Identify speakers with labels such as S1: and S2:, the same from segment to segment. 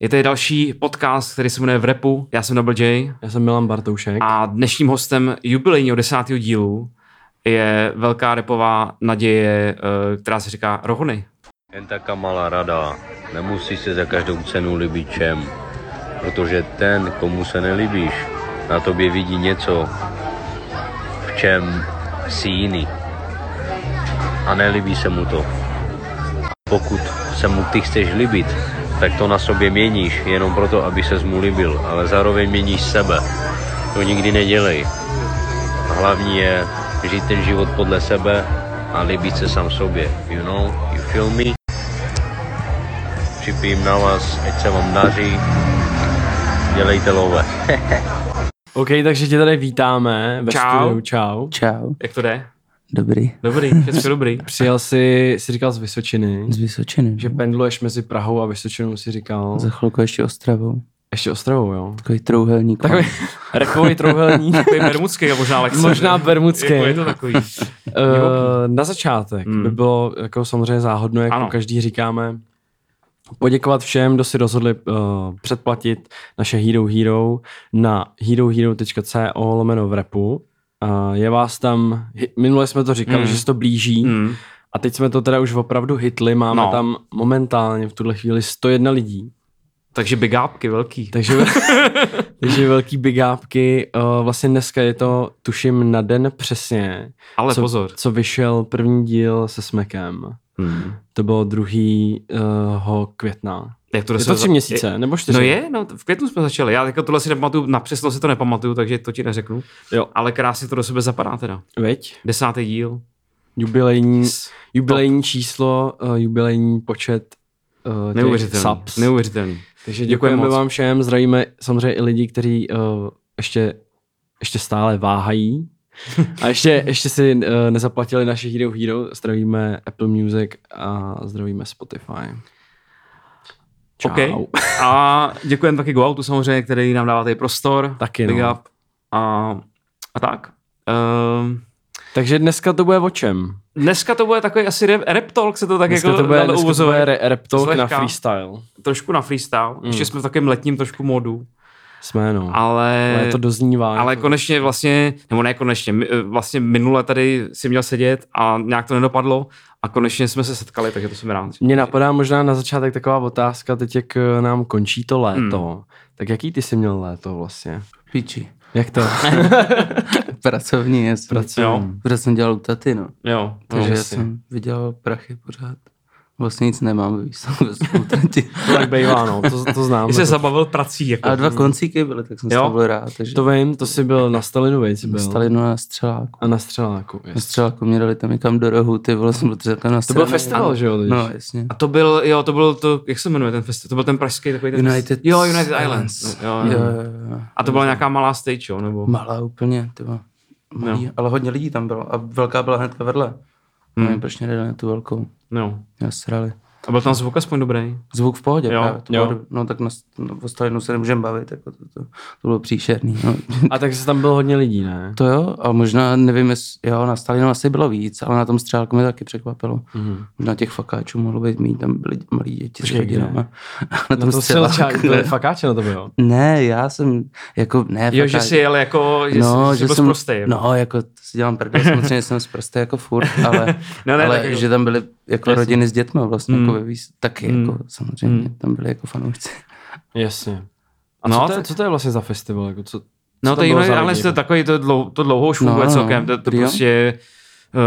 S1: Je tady další podcast, který se jmenuje V repu. Já jsem Double J
S2: Já jsem Milan Bartoušek.
S1: a dnešním hostem jubilejního desátého dílu je velká repová naděje, eh, která se říká Rohony.
S3: Jen taká malá rada, nemusíš se za každou cenu líbit čem, protože ten, komu se nelíbíš, na tobě vidí něco, v čem jsi jiný. A nelíbí se mu to. Pokud se mu ty chceš líbit, tak to na sobě měníš, jenom proto, aby se mu líbil, ale zároveň měníš sebe. To nikdy nedělej. Hlavní je žít ten život podle sebe a líbit se sám sobě. You know, you feel me? Připijím na vás, ať se vám daří. Dělejte love.
S2: OK, takže tě tady vítáme ve
S1: Čau.
S2: studiu. Čau.
S4: Čau,
S1: Jak to jde?
S4: dobrý.
S1: Dobrý, všechno dobrý.
S2: Přijel jsi, jsi říkal z Vysočiny,
S4: Z Vysočiny,
S2: že
S4: že?
S2: pendluješ mezi Prahou a Vysočinou, si říkal.
S4: no. Za chvilku ještě Ostravou.
S2: Ještě Ostravou, jo?
S4: Takový trouhelník.
S2: Takový repový trouhelník.
S1: Takový bermudský, nebo možná lehce.
S2: Možná bermudský.
S1: Jako je to takový.
S2: Eh, na začátek
S1: Mm.
S2: by bylo jako samozřejmě záhodno, jak
S1: Ano.
S2: ano. každý říkáme, poděkovat všem, kdo si rozhodli uh, předplatit naše Hero Hero na herohero.co lomeno v repu. Uh, je vás tam, hi- minule jsme to říkali,
S1: Mm.
S2: mm. že se to blíží mm.
S1: Mm.
S2: a teď jsme to teda už opravdu hitli, máme
S1: No.
S2: no. tam momentálně v tuhle chvíli 101 lidí.
S1: Takže big upky velký.
S2: Takže, takže velký bigápky. Uh, vlastně dneska je to, tuším, na den přesně,
S1: Ale
S2: co,
S1: pozor.
S2: co vyšel první díl se Smekem.
S1: Hmm.
S2: To bylo 2. května.
S1: Jak to,
S2: Je to tři měsíce, nebo čtyři?
S1: No je, no v květnu jsme začali. Já jako tohle si nepamatuju, na přesno si to nepamatuju, takže to ti neřeknu.
S2: Jo.
S1: Ale krásně to do sebe zapadá teda.
S2: Veď?
S1: Desátý díl.
S2: Jubilejní,
S1: S-
S2: jubilejní číslo, uh, jubilejní počet uh, těch
S1: Neuvěřitelný.
S2: subs.
S1: Neuvěřitelný.
S2: Takže
S1: Děkujeme
S2: děkujeme
S1: moc.
S2: vám všem, zdravíme samozřejmě i lidi, kteří uh, ještě, ještě stále váhají. A ještě, ještě si uh, nezaplatili naše Hero Hero, zdravíme Apple Music a zdravíme Spotify. Čau.
S1: OK. A děkujeme taky GoAutu samozřejmě, který nám dává tady prostor.
S2: Taky,
S1: Big
S2: no.
S1: up. A, a tak. Ehm,
S2: Takže dneska to bude o čem?
S1: dneska to bude takový asi rap, rap talk, se to tak
S2: Dneska
S1: jako
S2: to bude,
S1: dalo
S2: dneska to
S1: uvozovat.
S2: bude re- rap talk na
S1: Zlehka.
S2: freestyle.
S1: Trošku na freestyle. Ještě jsme v takovém letním trošku modu.
S2: Jsme no.
S1: Ale,
S2: Ale to doznívá.
S1: Ale
S2: to...
S1: konečně vlastně, nebo ne konečně, my, eh, vlastně minule tady si měl sedět a nějak to nedopadlo a konečně jsme se setkali, takže to jsem rád.
S2: Mně napadá možná na začátek taková otázka, teď jak eh, nám končí to léto,
S4: Hmm.
S2: tak jaký ty jsi měl léto vlastně?
S4: Piči.
S2: Jak to?
S4: Pracovní, já jsem,
S2: Pracovní.
S1: Jo.
S4: protože jsem dělal u taty, no.
S1: Jo,
S4: Takže
S1: no,
S4: já
S1: jasně.
S4: jsem vydělal prachy pořád. Vlastně nic nemám, víš, jsem bez u taty.
S2: To tak bývá, no, to, to znám.
S1: Ty se zabavil prací, jako.
S4: A dva koncíky byly, tak jsem
S1: Jo.
S4: jo. byl rád. Takže
S2: To vím, to jsi byl na Stalinu, vej, jsi byl.
S4: stali no na střeláku.
S2: A na Střeláku.
S4: Na
S2: Jest.
S4: střeláku mě dali tam někam do rohu, ty vole, jsem byl třeba na
S2: To byl
S4: straně.
S2: festival, že jo? Teď?
S4: No, jasně.
S1: A to byl, jo, to byl to, jak se jmenuje ten festival? To byl ten pražský takový ten
S4: United
S1: Jo, United Islands. Jo, jo.
S4: jo, jo, jo.
S1: A to byla nějaká malá stage, jo, nebo?
S4: Malá úplně, tyba. Malý, No. ale hodně lidí tam bylo. A velká byla hnedka vedle. Hmm. Nevím, proč mě nedali na tu velkou.
S1: No.
S4: Já srali.
S1: A byl tam zvuk aspoň dobrý.
S4: Zvuk v pohodě,
S1: Jo,
S4: jo, právě. To
S2: jo.
S4: bylo, dobrý. no tak na, no, o Stalinu se nemůžeme bavit, jako to, to, to bylo příšerný. No.
S2: A tak se tam bylo hodně lidí, ne?
S4: to jo, a možná nevím, jestli, jo, na Stalinu asi bylo víc, ale na tom střelku mě taky překvapilo.
S2: Mhm.
S4: Mm-hmm. Možná těch fakáčů mohlo být mít, tam byli malí děti s
S2: Počkej, kde?
S4: rodinama. Na tom
S2: To
S4: střeláku.
S2: střelačák, to je fakáče na to bylo.
S4: Ne, já jsem, jako, ne,
S1: Jo, že
S4: fakáč.
S1: jsi jel jako, že jsi, že byl
S4: jsem,
S1: prostý.
S4: No, jako to si dělám prdel, samozřejmě jsem prostě jako furt, ale,
S1: Ne, ne,
S4: ale
S1: tak jako- Hmm.
S4: že tam byly jako rodiny s dětmi vlastně, jako ve výs, taky jako samozřejmě, tam byli jako fanoušci.
S2: Jasně. A
S1: No,
S2: no, co, to,
S1: tak-
S2: je, co to je vlastně za festival? Jako co,
S1: No
S2: co
S1: to
S2: bylo
S1: United
S2: za lidi?
S1: Islands to je takový, to, dlou, to dlouho už funguje
S4: No, no,
S1: celkem, to, to
S4: prý jo.
S1: prostě,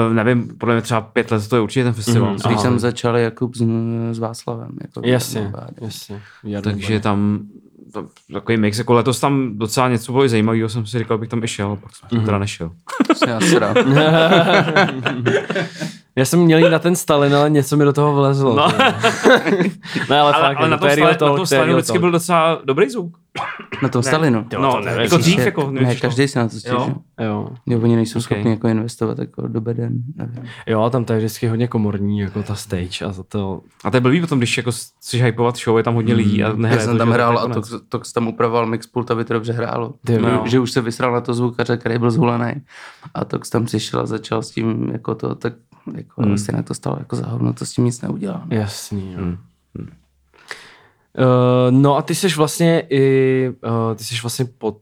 S1: eh, nevím, podle mě třeba pět let to je určitě ten festival.
S2: Mhm.
S4: Když
S2: Aha.
S4: jsem začal Jakub s, s Václavem. Jako
S2: Jasně,
S4: Nová, jako.
S2: jasně. Jardu
S1: No, Takže tam to, takový mix, jako letos tam docela něco bylo i zajímavého, jsem si říkal, bych tam i šel, pak jsem
S2: Mhm.
S1: mm-hmm. teda nešel.
S4: Se já srám.
S2: Já jsem měl jít na ten Stalin, ale něco mi do toho vlezlo.
S1: No.
S2: ne,
S1: Ale,
S2: ale, fakt, jako
S1: ale na tom,
S2: to je
S1: stále,
S2: real
S1: na
S2: talk,
S1: tom
S2: to je
S1: stále
S2: real
S1: vždycky
S2: talk.
S1: byl docela dobrý zvuk.
S4: Na tom Stalinu.
S1: No, no ne, jako dřív, jako,
S4: ne,
S1: nevíš,
S4: každý si na to
S1: Jo.
S4: stěžuje.
S2: Jo.
S4: Jo, oni nejsou schopni jako investovat jako do beden. nevím.
S2: jo, a tam to je vždycky hodně komorní, jako ta stage a za to...
S1: A to je blbý potom, když jako chceš hypovat show, je tam hodně lidí a nehraje
S4: Já jsem
S1: to,
S4: tam
S1: že jo,
S4: hrál
S1: tak
S4: a
S1: konec.
S4: to, to tam upravoval mixpult, aby to dobře hrálo.
S2: Ty
S4: Že-
S2: jo.
S4: Že už se vysral na to zvukaře, který byl zhulený. A Tox tam přišel a začal s tím jako vlastně to, tak jako hmm. se na to stalo jako za hovno, to s tím nic neudělá. No.
S2: Jasný, jo. Uh, no a ty jsi vlastně i, uh, ty jsi vlastně pod,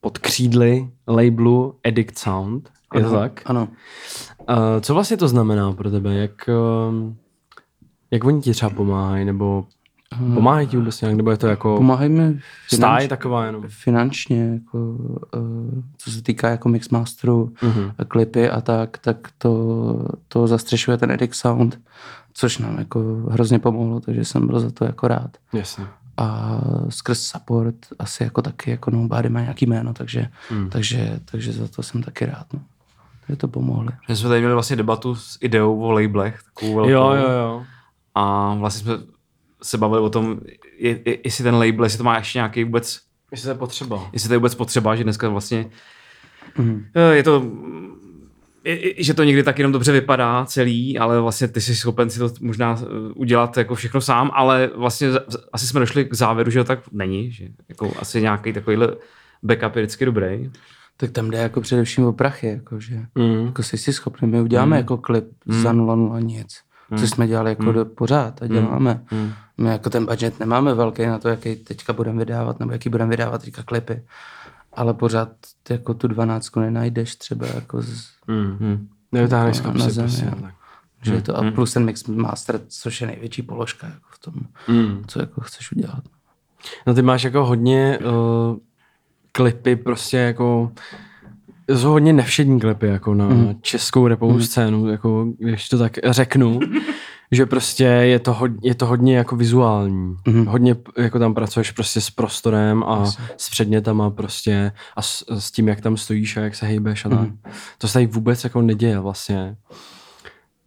S2: pod křídly labelu Addict Sound, je to
S4: Ano,
S2: tak?
S4: Ano.
S2: Uh, co vlastně to znamená pro tebe? Jak, uh, jak oni ti třeba pomáhají? Nebo pomáhají ti vůbec nějak? Nebo je to jako
S4: Ehm, Pomáhají mi
S2: stáj taková jenom?
S4: finančně, jako, uh, co se týká jako mixmasteru,
S2: Mhm.
S4: a klipy a tak, tak to, to zastřešuje ten Edic Sound, což nám jako hrozně pomohlo, takže jsem byl za to jako rád.
S2: Jasně.
S4: A skrz support asi jako taky, jako Nobody má nějaký jméno, takže, mm. takže, takže za to jsem taky rád. No. Takže to pomohli.
S1: My jsme tady měli vlastně debatu s ideou o labelech, takovou velkou.
S2: Jo, jo, jo.
S1: A vlastně jsme se bavili o tom, je, je, jestli ten label, jestli to má ještě nějaký vůbec,
S2: Jestli to je potřeba.
S1: jestli to je vůbec potřeba, že dneska vlastně eh, je to, mm, je, je- že to někdy tak jenom dobře vypadá celý, ale vlastně ty jsi schopen si to možná eh, udělat jako všechno sám, ale vlastně za- asi jsme došli k závěru, že to tak není, že jako asi nějaký takovýhle backup je vždycky dobrý.
S4: Tak tam jde jako především o prachy, jako, že
S2: Mm.
S4: jako jsi si schopný, my uděláme jako klip za 0,0 nic, co jsme dělali jako do, pořád a děláme. My jako ten budget nemáme velký na to, jaký teďka budeme vydávat, nebo jaký budeme vydávat teďka klipy, ale pořád jako tu dvanáctku nenajdeš třeba jako z,
S2: Mm. Nevytáhneš z
S4: Na-
S2: kapsy.
S4: na zemi,
S2: prostě,
S4: jo.
S2: tak.
S4: že je to a plus ten mix master, což je největší položka jako v tom,
S2: Hmm.
S4: co jako chceš udělat.
S2: No ty máš jako hodně uh, klipy prostě jako jsou hodně nevšední klipy jako na mm. českou repovou mm. scénu, jako když to tak řeknu, že prostě je to, hodně, je to hodně jako vizuální. Mm. Hodně p- jako tam pracuješ prostě s prostorem a s předmětama prostě a s, s tím, jak tam stojíš a jak se hejbeš a tak. Mm. To se tady vůbec jako neděje vlastně.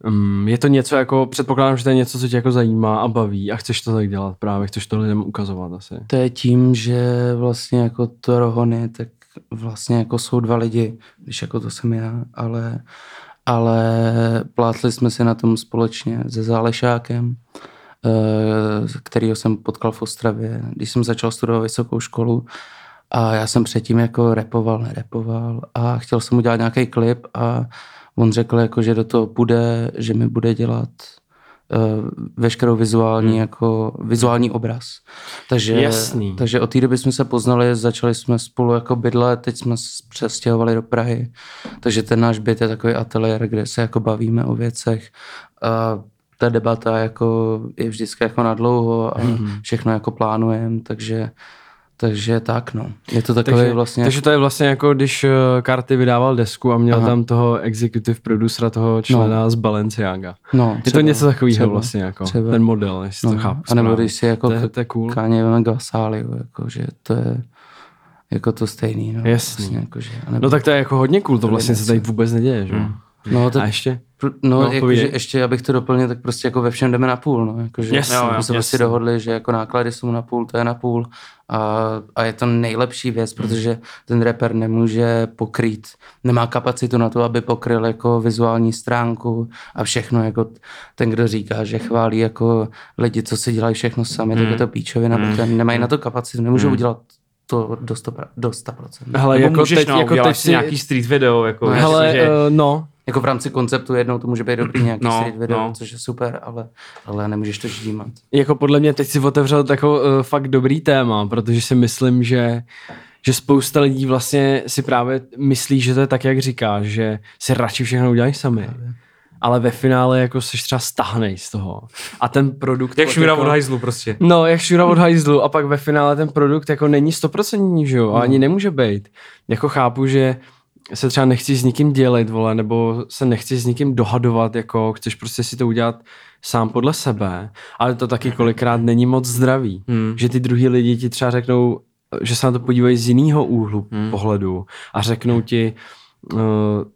S2: Um, je to něco jako, předpokládám, že to je něco, co tě jako zajímá a baví a chceš to tak dělat právě, chceš to lidem ukazovat asi.
S4: To je tím, že vlastně jako to rohony, tak vlastně jako jsou dva lidi, když jako to jsem já, ale, ale plátli jsme si na tom společně se Zálešákem, eh, kterýho jsem potkal v Ostravě, když jsem začal studovat vysokou školu a já jsem předtím jako repoval, nerepoval a chtěl jsem udělat nějaký klip a on řekl jako, že do toho půjde, že mi bude dělat eh, veškerou vizuální, hmm. jako vizuální obraz. Takže,
S2: Jasný.
S4: Eh, takže od té doby jsme se poznali, začali jsme spolu jako bydlet, teď jsme s- přestěhovali do Prahy. Takže ten náš byt je takový ateliér, kde se jako bavíme o věcech. A ta debata jako je vždycky jako na dlouho a
S2: Mhm.
S4: všechno jako plánujeme, takže takže tak no. Je to takový
S2: Takže,
S4: vlastně...
S2: takže to je vlastně jako, když Karty vydával desku a měl Aha. tam toho executive producera, toho člena no. z Balenciaga.
S4: no,
S2: Je to
S4: třeba,
S2: něco takového
S4: třeba.
S2: vlastně, jako
S4: třeba.
S2: ten model, jestli to
S4: No,
S2: chápu.
S4: A nebo
S2: správně.
S4: když si jako
S2: To je- to je cool.
S4: Kanye West Gasali, jako, že to je jako to stejný. No,
S2: Jasný.
S4: Vlastně, jako, že, a nebo,
S2: No tak to je jako hodně cool, to vlastně se tady vůbec neděje, že? jo?
S4: no,
S2: A
S4: tak,
S2: ještě?
S4: pr- no,
S2: no,
S4: no jako,
S2: povídej.
S4: že ještě, abych to doplnil, tak prostě jako ve všem jdeme na půl. No, jako, že
S2: Jasný,
S4: jsme
S1: jo,
S4: se prostě dohodli, že jako náklady jsou na půl, to je na půl. A, a je to nejlepší věc, protože ten rapper nemůže pokrýt, nemá kapacitu na to, aby pokryl jako vizuální stránku a všechno. Jako t- ten, kdo říká, že chválí jako lidi, co si dělají všechno sami, tak je to píčovina, protože nemají na to kapacitu, nemůžou udělat to do 100%. Do 100%.
S2: Hele,
S1: Nebo
S2: jako
S1: můžeš,
S2: teď,
S1: no,
S2: jako
S1: uděláš
S2: teď
S1: si
S2: si...
S1: nějaký street video, jako,
S2: Hele,
S1: že,
S2: eh, no,
S4: Jako v rámci konceptu jednou to může být dobrý nějaký
S1: No,
S4: no, street video,
S1: no.
S4: no. což je super, ale, ale nemůžeš to ždímat.
S2: jako podle mě teď si otevřel takový uh, fakt dobrý téma, protože si myslím, že že spousta lidí vlastně si právě myslí, že to je tak, jak říkáš, že si radši všechno udělají sami. Ale ve finále jako seš třeba stahnej z toho. A ten produkt...
S1: jak
S2: pak
S1: šura
S2: jako-
S1: od hajzlu prostě.
S2: No, jak šura od hajzlu a pak ve finále ten produkt jako není stoprocentní, že jo, a ani nemůže být. Jako chápu, že se třeba nechci s nikým dělit, vole, nebo se nechci s nikým dohadovat, jako chceš prostě si to udělat sám podle sebe, ale to taky kolikrát není moc zdravý, hmm. že ty druhý lidi ti třeba řeknou, že se na to podívají z jiného úhlu hmm. pohledu a řeknou ti, uh,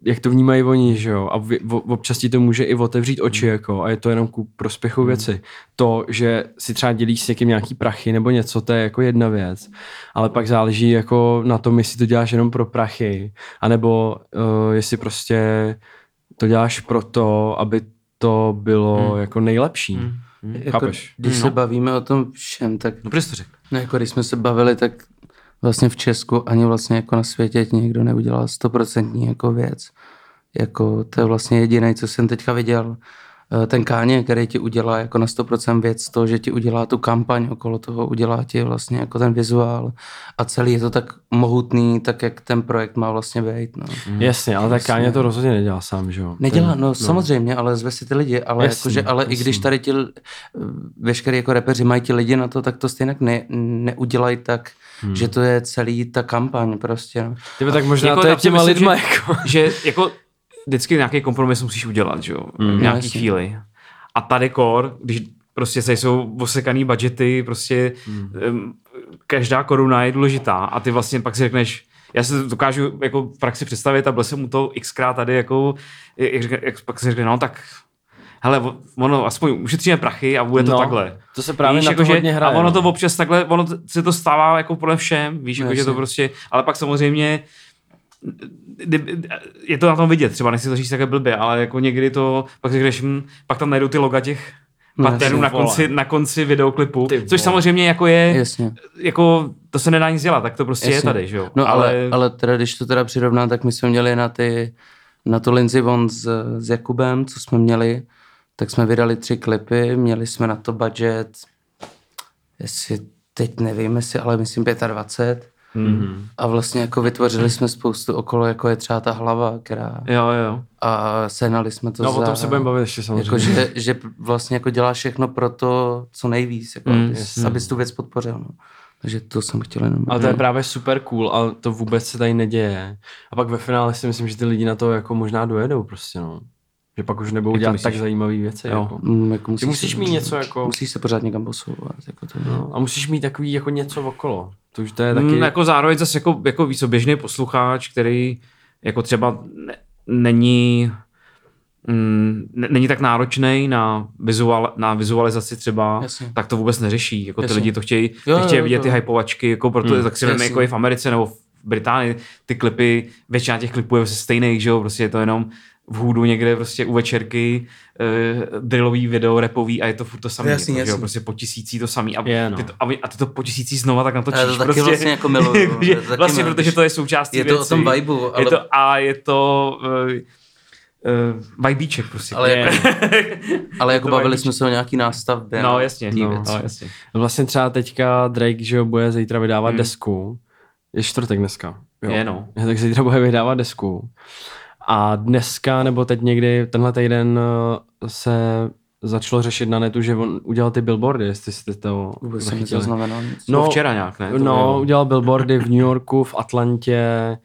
S2: jak to vnímají oni, že jo, a vy, v, občas ti to může i otevřít oči, jako, a je to jenom ku prospěchu věci. To, že si třeba dělíš s někým nějaký prachy nebo něco, to je jako jedna věc, ale pak záleží jako na tom, jestli to děláš jenom pro prachy, anebo uh, jestli prostě to děláš proto, aby to bylo hmm. jako nejlepší. Hmm.
S4: Jako,
S2: Chápeš?
S4: když se bavíme o tom všem, tak
S1: No prostě to řekl.
S4: no, jako když jsme se bavili, tak vlastně v Česku ani vlastně jako na světě nikdo neudělal stoprocentní jako věc. Jako to je vlastně jediné, co jsem teďka viděl eh, ten káně, který ti udělá jako na 100% věc, to, že ti udělá tu kampaň okolo toho, udělá ti vlastně jako ten vizuál a celý je to tak mohutný, tak jak ten projekt má vlastně být. No.
S2: Hmm. Jasně, ale tak Káně to rozhodně nedělá sám, že jo?
S4: Nedělá,
S2: Ten-
S4: no, samozřejmě, ale zve si ty lidi, ale,
S2: Jasný,
S4: jasný, jakože, ale i když tady ti l- veškerý jako repeři mají ti lidi na to, tak to stejně ne, neudělají tak, hmm. že to je celý ta kampaň prostě. No.
S2: Tybe, tak možná
S1: Jako
S2: to je
S1: já si
S2: těma
S1: myslím,
S2: lidma,
S1: že-
S2: jako...
S1: že jako vždycky nějaký kompromis musíš udělat, že jo,
S2: Mm,
S1: v
S4: No,
S1: nějaký
S4: jasně.
S1: chvíli. A tady kor, když prostě se jsou osekaný budgety, prostě mm. každá koruna je důležitá a ty vlastně pak si řekneš, já si to dokážu jako v praxi představit a byl jsem u toho xkrát tady jako, jak, říká- jak pak si řekne, no tak hele, o- ono, aspoň ušetříme prachy a bude to
S2: No,
S1: takhle.
S2: to se právě na to hodně hraje,
S1: A ono
S2: no.
S1: to občas takhle, ono t- se to stává jako podle všem, víš, jako, že to
S4: Jasně.
S1: prostě, ale pak samozřejmě kdyby- je to na tom vidět, třeba nechci to říct také blbě, ale jako někdy to, pak řekneš, hm, pak tam najdou ty loga těch
S4: No,
S1: partnerů
S4: jasně,
S1: na
S2: vole.
S1: konci, na konci videoklipu,
S2: Ty
S1: což
S2: vole.
S1: samozřejmě jako je,
S4: Jasně.
S1: jako to se nedá nic dělat, tak to prostě je
S4: Jasně.
S1: tady, že jo.
S4: No ale, ale, ale teda, když to teda přirovnám, tak my jsme měli na ty, na tu Lindsay Von s, s Jakubem, co jsme měli, tak jsme vydali tři klipy, měli jsme na to budget, jestli teď nevím, jestli, ale myslím 25. Mm-hmm. A vlastně jako vytvořili jsme spoustu okolo, jako je třeba ta hlava, která...
S1: Jo, jo.
S4: A sehnali jsme to
S2: No,
S4: za...
S2: o tom se budeme bavit ještě samozřejmě.
S4: Jako, že, že vlastně jako dělá všechno pro to, co nejvíc, jako, mm, abys, abys tu věc podpořil. No. Takže to jsem chtěl jenom.
S2: Ale to
S1: Mhm.
S2: je právě super cool a to vůbec se tady neděje. A pak ve finále si myslím, že ty lidi na to jako možná dojedou prostě, no. Že pak už nebudou
S1: Jak to
S2: dělat
S1: myslíš?
S2: tak zajímavé věci,
S1: Jo.
S2: jako.
S4: Mm, jako
S2: Ty musíš mít něco jako-
S4: Musíš se pořád někam posouvat. Jako to, no.
S2: No, a musíš mít takový jako něco okolo. To už to je
S1: Taky...
S2: taky...
S1: Jako zároveň zase jako, jako víc běžný poslucháč, který jako třeba ne, není mm, ne- není tak náročný na, vizual, na vizualizaci třeba,
S4: Jasně.
S1: tak to vůbec neřeší. Jako ty
S4: Jasně.
S1: lidi to chtějí,
S4: Jo,
S1: jo,
S4: jo,
S1: chtějí
S4: jo,
S1: vidět
S4: to-
S1: ty hypovačky, jako proto, tak si vem,
S4: Jasně.
S1: jako je v Americe nebo v Británii, ty klipy, většina těch klipů je prostě stejných, že jo, prostě je to jenom v hůdu někde prostě u večerky, uh, drillový video, repový a je to furt to samý,
S4: Jasně,
S1: jako, že jo,
S4: jasně.
S1: prostě po tisící to samý a,
S2: Je, no.
S1: ty to, a, vy- a ty to po tisící znova tak na to
S4: A já to
S1: točíš.
S4: taky
S1: prostě,
S4: vlastně jako miluju,
S1: Jako, že
S4: to taky
S1: vlastně,
S4: miluju,
S1: protože
S4: když-
S1: to je součástí
S4: je to o
S1: věcí.
S4: tom vibeu,
S1: Je
S4: ale-
S1: to, a je to uh, uh, vibíček prostě.
S4: Ale
S1: Je.
S4: jako- Ale jako
S1: to
S4: bavili
S1: vajničky.
S4: jsme se o nějaký nástavbě.
S1: no
S4: a
S1: jasně,
S4: tý
S1: no,
S4: věci.
S1: no, jasně.
S2: Vlastně třeba teďka Drake, že jo, bude zítra vydávat hmm. desku. Je čtvrtek dneska. Jo.
S1: Mm. Je, no.
S2: Tak zítra bude vydávat desku. A dneska, nebo teď někdy, tenhle týden eh, se začalo řešit na netu, že on udělal ty billboardy, jestli jste to
S4: Vůbec jsem to
S2: zachytili.
S4: znamenal nic.
S1: No, včera nějak, ne? To
S2: no,
S1: bylo.
S2: udělal billboardy v New Yorku, v Atlantě, eh,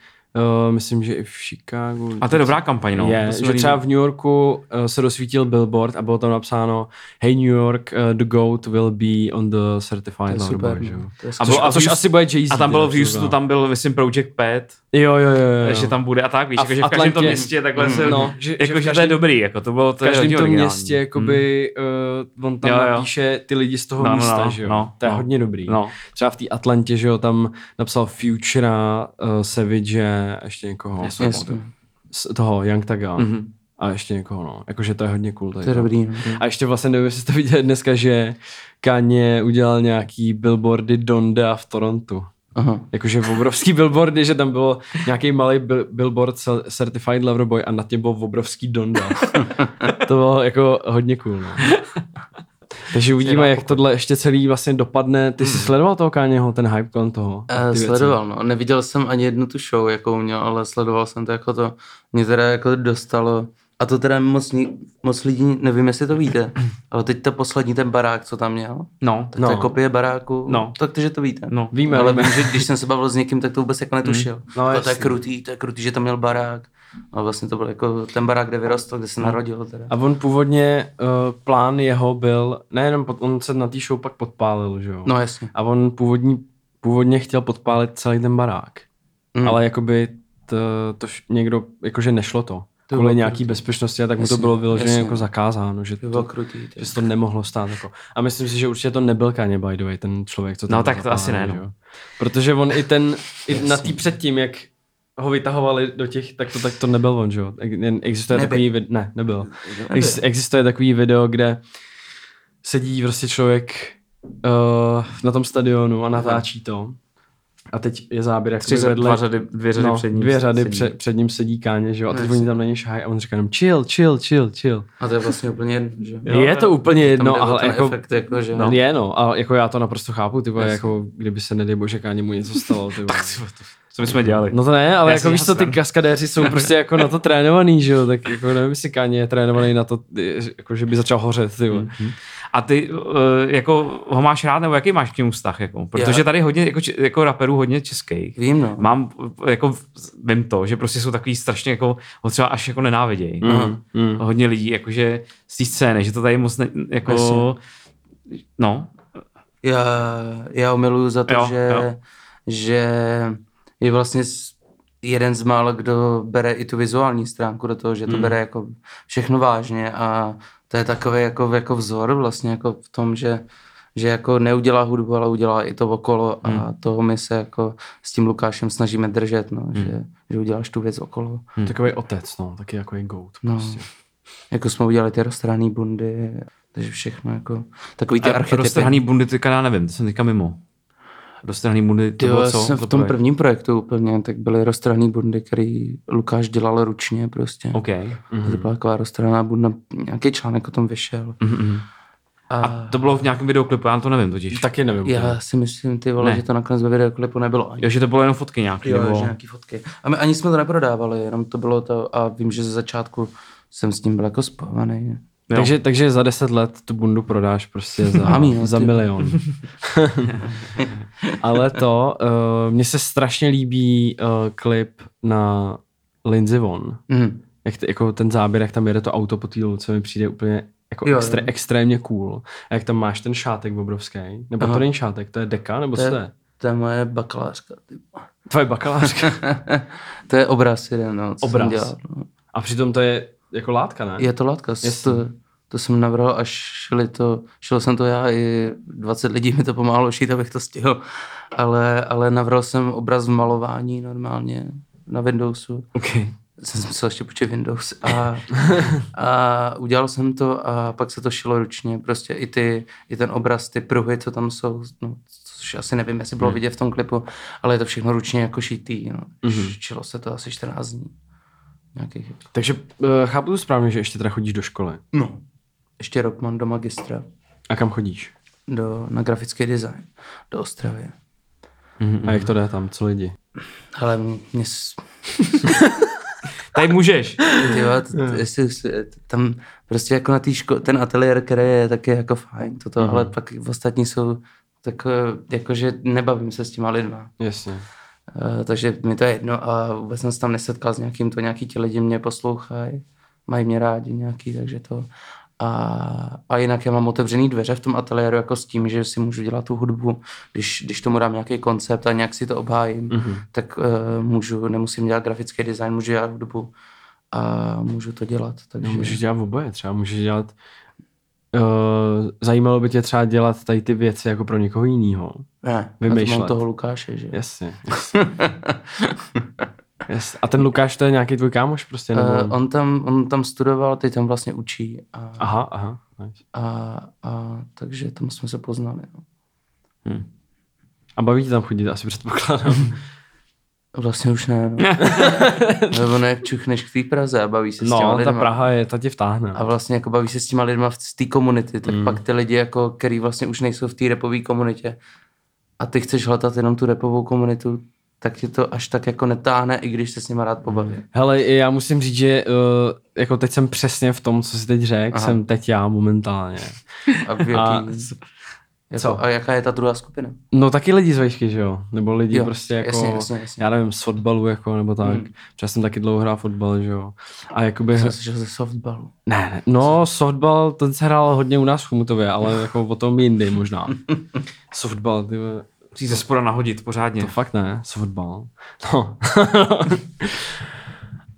S2: myslím, že i v Chicagu.
S1: A to je dobrá kampaň, no.
S2: je,
S1: To se mi
S2: že
S1: líbí.
S2: třeba v New Yorku eh, se dosvítil billboard a bylo tam napsáno Hey New York, eh, the GOAT will be on the certified lover
S4: super,
S2: boy, že
S4: no.
S2: jo.
S4: To je
S2: A,
S1: super.
S2: což, a což
S1: A-
S2: asi bude Jay-Z.
S1: a tam bylo
S2: teda,
S1: v
S2: což
S1: Houstonu,
S2: bylo.
S1: tam byl, myslím, Project Pet,
S2: Jo, jo, jo, jo. jo.
S1: že tam bude a tak, víš,
S2: A v
S1: jakože v každém
S2: Atlantě-
S1: tom městě takhle se,
S2: No,
S1: no,
S2: že-
S1: že,
S2: že
S1: jako, že to
S2: v
S1: je
S2: každém-
S1: dobrý, jako to bylo, to
S2: v
S1: je
S2: každém
S1: hodně
S2: tom
S1: originální. Mm.
S2: městě, jakoby, uh, on tam
S1: Jo, jo.
S2: napíše ty lidi z toho
S1: No, no,
S2: místa,
S1: no,
S2: že jo.
S1: no,
S2: to je
S1: no.
S2: hodně dobrý.
S1: No.
S2: Třeba v té Atlantě, že jo, tam napsal Future, uh, Savage, a ještě někoho.
S1: Jasně.
S4: Jasně,
S2: Z toho Young Taga.
S1: Mhm.
S2: A ještě někoho, no. Jakože to je hodně cool. Tady
S4: to je
S2: to.
S4: dobrý. No.
S2: A ještě vlastně nevím, jestli jste viděli dneska, že Kanye udělal nějaký billboardy Donda v Torontu.
S4: Aha.
S2: Jakože obrovský billboardy, že tam bylo nějaký malý bil- billboard cel- Certified Lover Boy a nad tím byl obrovský Donda. to bylo jako hodně cool. No. Takže uvidíme, jak tohle ještě celý vlastně dopadne. Ty jsi sledoval toho Káněho, ten hype kolem toho? a
S4: Mhm. Eh,
S2: ty věci?
S4: sledoval, no. Neviděl jsem ani jednu tu show, jakou měl, ale sledoval jsem to jako to. Mě teda jako dostalo, a to teda moc, ni- moc lidí, nevím, jestli to víte, ale teď ta poslední, ten barák, co tam měl,
S1: No,
S4: tak no. to je
S2: No.
S4: kopie baráku,
S1: No.
S4: tak to, že to víte.
S1: no.
S2: Víme,
S4: ale
S2: víme.
S4: vím, že když jsem se bavil s někým, tak to vůbec jako netušil.
S2: No,
S4: No, to, to je
S2: jasně.
S4: krutý, to je krutý, že tam měl barák. A vlastně to byl jako ten barák, kde vyrostl, kde se narodil teda.
S2: No. A on původně, uh, plán jeho byl, nejenom, pod, on se na té show pak podpálil, že jo?
S4: No jasně.
S2: A on původní, původně chtěl podpálit celý ten barák. Mm.
S4: Mm.
S2: Ale jakoby to, to š- někdo, jakože nešlo to. to
S4: To
S2: kvůli
S4: bylo
S2: nějaký
S4: krutý.
S2: bezpečnosti a tak mu to
S4: Jasně,
S2: bylo vyloženě
S4: jasně.
S2: jako zakázáno, že
S4: To bylo
S2: to,
S4: krutý. To.
S2: že se to nemohlo stát. Jako. A myslím si, že určitě to nebyl Kanye by the way, ten člověk, co tam
S1: No,
S2: byl
S1: tak to asi
S2: zapálený,
S1: ne, no.
S2: že jo. Protože on i ten, i na tý předtím, jak ho vytahovali do těch, tak to, tak to nebyl on, že jo? Jen Existuje
S4: Nebyl.
S2: takový vid- ne, nebyl. Ex- existuje takový video, kde eh, sedí prostě člověk uh, na tom stadionu a natáčí to. A teď je záběr, jak
S1: Tři
S2: vedle,
S1: dva řady, dvě řady
S2: no,
S1: před ním.
S2: dvě řady
S1: sedí.
S2: před, před ním sedí Káně, že jo, a teď
S4: No,
S2: oni tam na něj šahají a on říká jenom chill, chill, chill, chill.
S4: A to je vlastně úplně jedno, že?
S2: Jo, je to úplně
S4: Tam jde
S2: jedno,
S4: o
S2: ale
S4: ten
S2: jako,
S4: efekt, jako, že...
S2: no. je no, ale jako já to naprosto chápu, ty vole,
S1: Jasně.
S2: jako kdyby se nedej bože Káně mu něco stalo, ty vole.
S1: Tak ty vole, to- co my jsme dělali?
S2: No to ne, ale
S1: Já
S2: jako
S1: si
S2: víš co, ty
S1: dělám
S2: kaskadéři jsou prostě jako na to trénovaný, že jo, tak jako nevím, jestli Káně je trénovaný na to, ty- jako že by začal hořet, ty vole.
S1: A ty eh, jako ho máš rád, nebo jaký máš k němu vztah? Jako? Protože
S4: Já-
S1: tady hodně, jako, če- jako raperů hodně českých.
S4: Vím, no.
S1: Mám, eh, jako vím to, že prostě jsou takový strašně, jako ho třeba až jako nenávidějí.
S4: Mhm.
S2: Mm.
S1: Hodně lidí, jakože z té scény, že to tady moc ne, jako... No,
S4: Já, já ho miluju za to,
S1: Jo,
S4: jo, že,
S1: jo.
S4: jo. že je vlastně s- jeden z mála, kdo bere i tu vizuální stránku do toho, že
S1: Hmm.
S4: to bere jako všechno vážně a to je takový jako, jako vzor vlastně jako v tom, že že jako neudělá hudbu, ale udělá i to okolo a
S1: Hmm.
S4: toho my se jako s tím Lukášem snažíme držet, no,
S1: Hmm.
S4: že, že uděláš tu věc okolo.
S2: Takový otec, no, taky jako je goat.
S4: No,
S2: Prostě.
S4: jako jsme udělali ty roztrhaný bundy, takže všechno jako takový ty
S1: a
S4: archetypy.
S1: roztrhaný bundy, teďka já nevím, to jsem teďka mimo. Roztrhaný bundy, to
S4: Ty jo,
S1: bylo
S4: já
S1: co?
S4: jsem
S1: To
S4: v tom
S1: bylo-
S4: prvním projektu úplně, tak byly roztrhaný bundy, který Lukáš dělal ručně prostě.
S1: OK. mhm.
S4: Mm-hmm.
S2: Mhm.
S4: To byla taková roztrhaná bunda, nějaký článek o tom vyšel.
S1: Mm-mm. A to bylo v nějakém videoklipu, já to nevím totiž. Tak,
S2: Taky nevím.
S4: Já si myslím, ty vole,
S1: Ne.
S4: ne. že to nakonec ve videoklipu nebylo ani.
S1: jo, že to bylo jenom fotky nějaký,
S4: Jo,
S1: nebo...
S4: že nějaký fotky. A my ani jsme to neprodávali, jenom to bylo to a vím, že ze začátku jsem s ním byl jako spovaný.
S1: Jo.
S2: Takže, takže za deset let tu bundu prodáš prostě za,
S4: Mám ji,
S2: za
S4: ty-
S2: milion. Ale to, uh, mně se strašně líbí uh, klip na Lindsey Von.
S4: Mm.
S2: Jak ty, jako ten záběr, jak tam jede to auto po té luce, mi přijde úplně jako
S4: Jo,
S2: extré,
S4: jo.
S2: extrémně cool. A jak tam máš ten šátek obrovský, nebo to
S4: Aha.
S2: není šátek, to je deka, nebo
S4: To,
S2: co to je?
S4: je, to je moje bakalářka. Ty. vole.
S2: Tvoje bakalářka.
S4: to je obraz jeden, no, co
S2: Obraz.
S4: jsem dělal. No.
S2: A přitom to je jako látka, ne?
S4: Je to látka.
S2: Jasně.
S4: To, to jsem navrhl a šli to, šel jsem to já i 20 lidí mi to pomáhalo šít, abych to stihl. Ale, ale navrhl jsem obraz v malování normálně na Windowsu.
S1: Okay.
S4: Jsem si myslel, ještě počít Windows. A, a udělal jsem to a pak se to šilo ručně. Prostě i, ty, i ten obraz, ty pruhy, co tam jsou, no, což asi nevím, jestli bylo vidět v tom klipu, ale je to všechno ručně jako šitý. No. Mm-hmm. Šilo se to asi 14 dní. Nějakých.
S2: Takže uh, chápu to správně, že ještě teda chodíš do školy.
S4: No. Ještě rok mám do magistra.
S2: A kam chodíš?
S4: do, na grafický design do Ostravy. Mhm,
S2: A jak to jde tam, co lidi?
S4: Ale mě, s-
S1: Tady můžeš.
S4: ty jo, t- t- jestli, s- tam prostě jako na té ško- ten ateliér, který je taky jako fajn, toto, mm-hmm. ale pak ostatní jsou tak jakože nebavím se s těma lidma.
S2: Jasně.
S4: Eh, takže mi to je jedno a vůbec jsem se tam nesetkal s nějakým, to nějaký ti lidi mě poslouchají, mají mě rádi nějaký, takže to. A, a jinak já mám otevřený dveře v tom ateliéru jako s tím, že si můžu dělat tu hudbu, když, když tomu dám nějaký koncept a nějak si to obhájím,
S2: Mhm.
S4: mm-hmm. tak uh, můžu, nemusím dělat grafický design, můžu dělat hudbu a můžu to dělat. Takže...
S2: No, můžeš dělat oboje třeba, můžeš dělat... Uh, zajímalo by tě třeba dělat tady ty věci jako pro někoho jiného.
S4: ne, já to
S2: vymýšlet.
S4: mám toho Lukáše, že?
S2: Jasně. jasně. Jasně. A ten Lukáš to je nějaký tvůj kámoš prostě? Nebo...
S4: Uh, on, tam, on tam studoval, teď tam vlastně učí a,
S2: Aha, aha. Nice.
S4: a, a takže tam jsme se poznali. No.
S2: A baví tě tam chodit, asi předpokládám.
S4: No, Vlastně už ne, no. Nebo ne, čuchneš k té Praze a baví se s těma
S2: no, ta
S4: lidma.
S2: Praha je, ta tě vtáhne.
S4: A vlastně jako baví se s těma lidma v- z té komunity, tak mm. pak ty lidi, jako, který vlastně už nejsou v té repové komunitě a ty chceš hledat jenom tu repovou komunitu, tak tě to až tak jako netáhne, i když se s nima rád pobaví.
S2: Hele, já musím říct, že uh, jako teď jsem přesně v tom, co jsi teď řekl,
S4: Aha.
S2: jsem teď já momentálně.
S4: A, v jaký,
S2: A-
S4: a, jako,
S2: co?
S4: a jaká je ta druhá skupina?
S2: No taky lidi z vejšky, že jo? Nebo lidi jo,
S4: Jo,
S2: prostě jako,
S4: jasně, jasně, jasně.
S2: já nevím, z fotbalu jako, nebo tak. Hmm. Třeba jsem taky dlouho hrál fotbal, že jo? A jakoby...
S4: Jsem slyšel ze softballu.
S2: Ne, ne, no softbal, ten se hrál hodně u nás v Chumutově, ale jako o tom jindy možná. Softbal, ty vole,
S1: Musíš ze spoda nahodit pořádně.
S2: to fakt ne, softbal. No.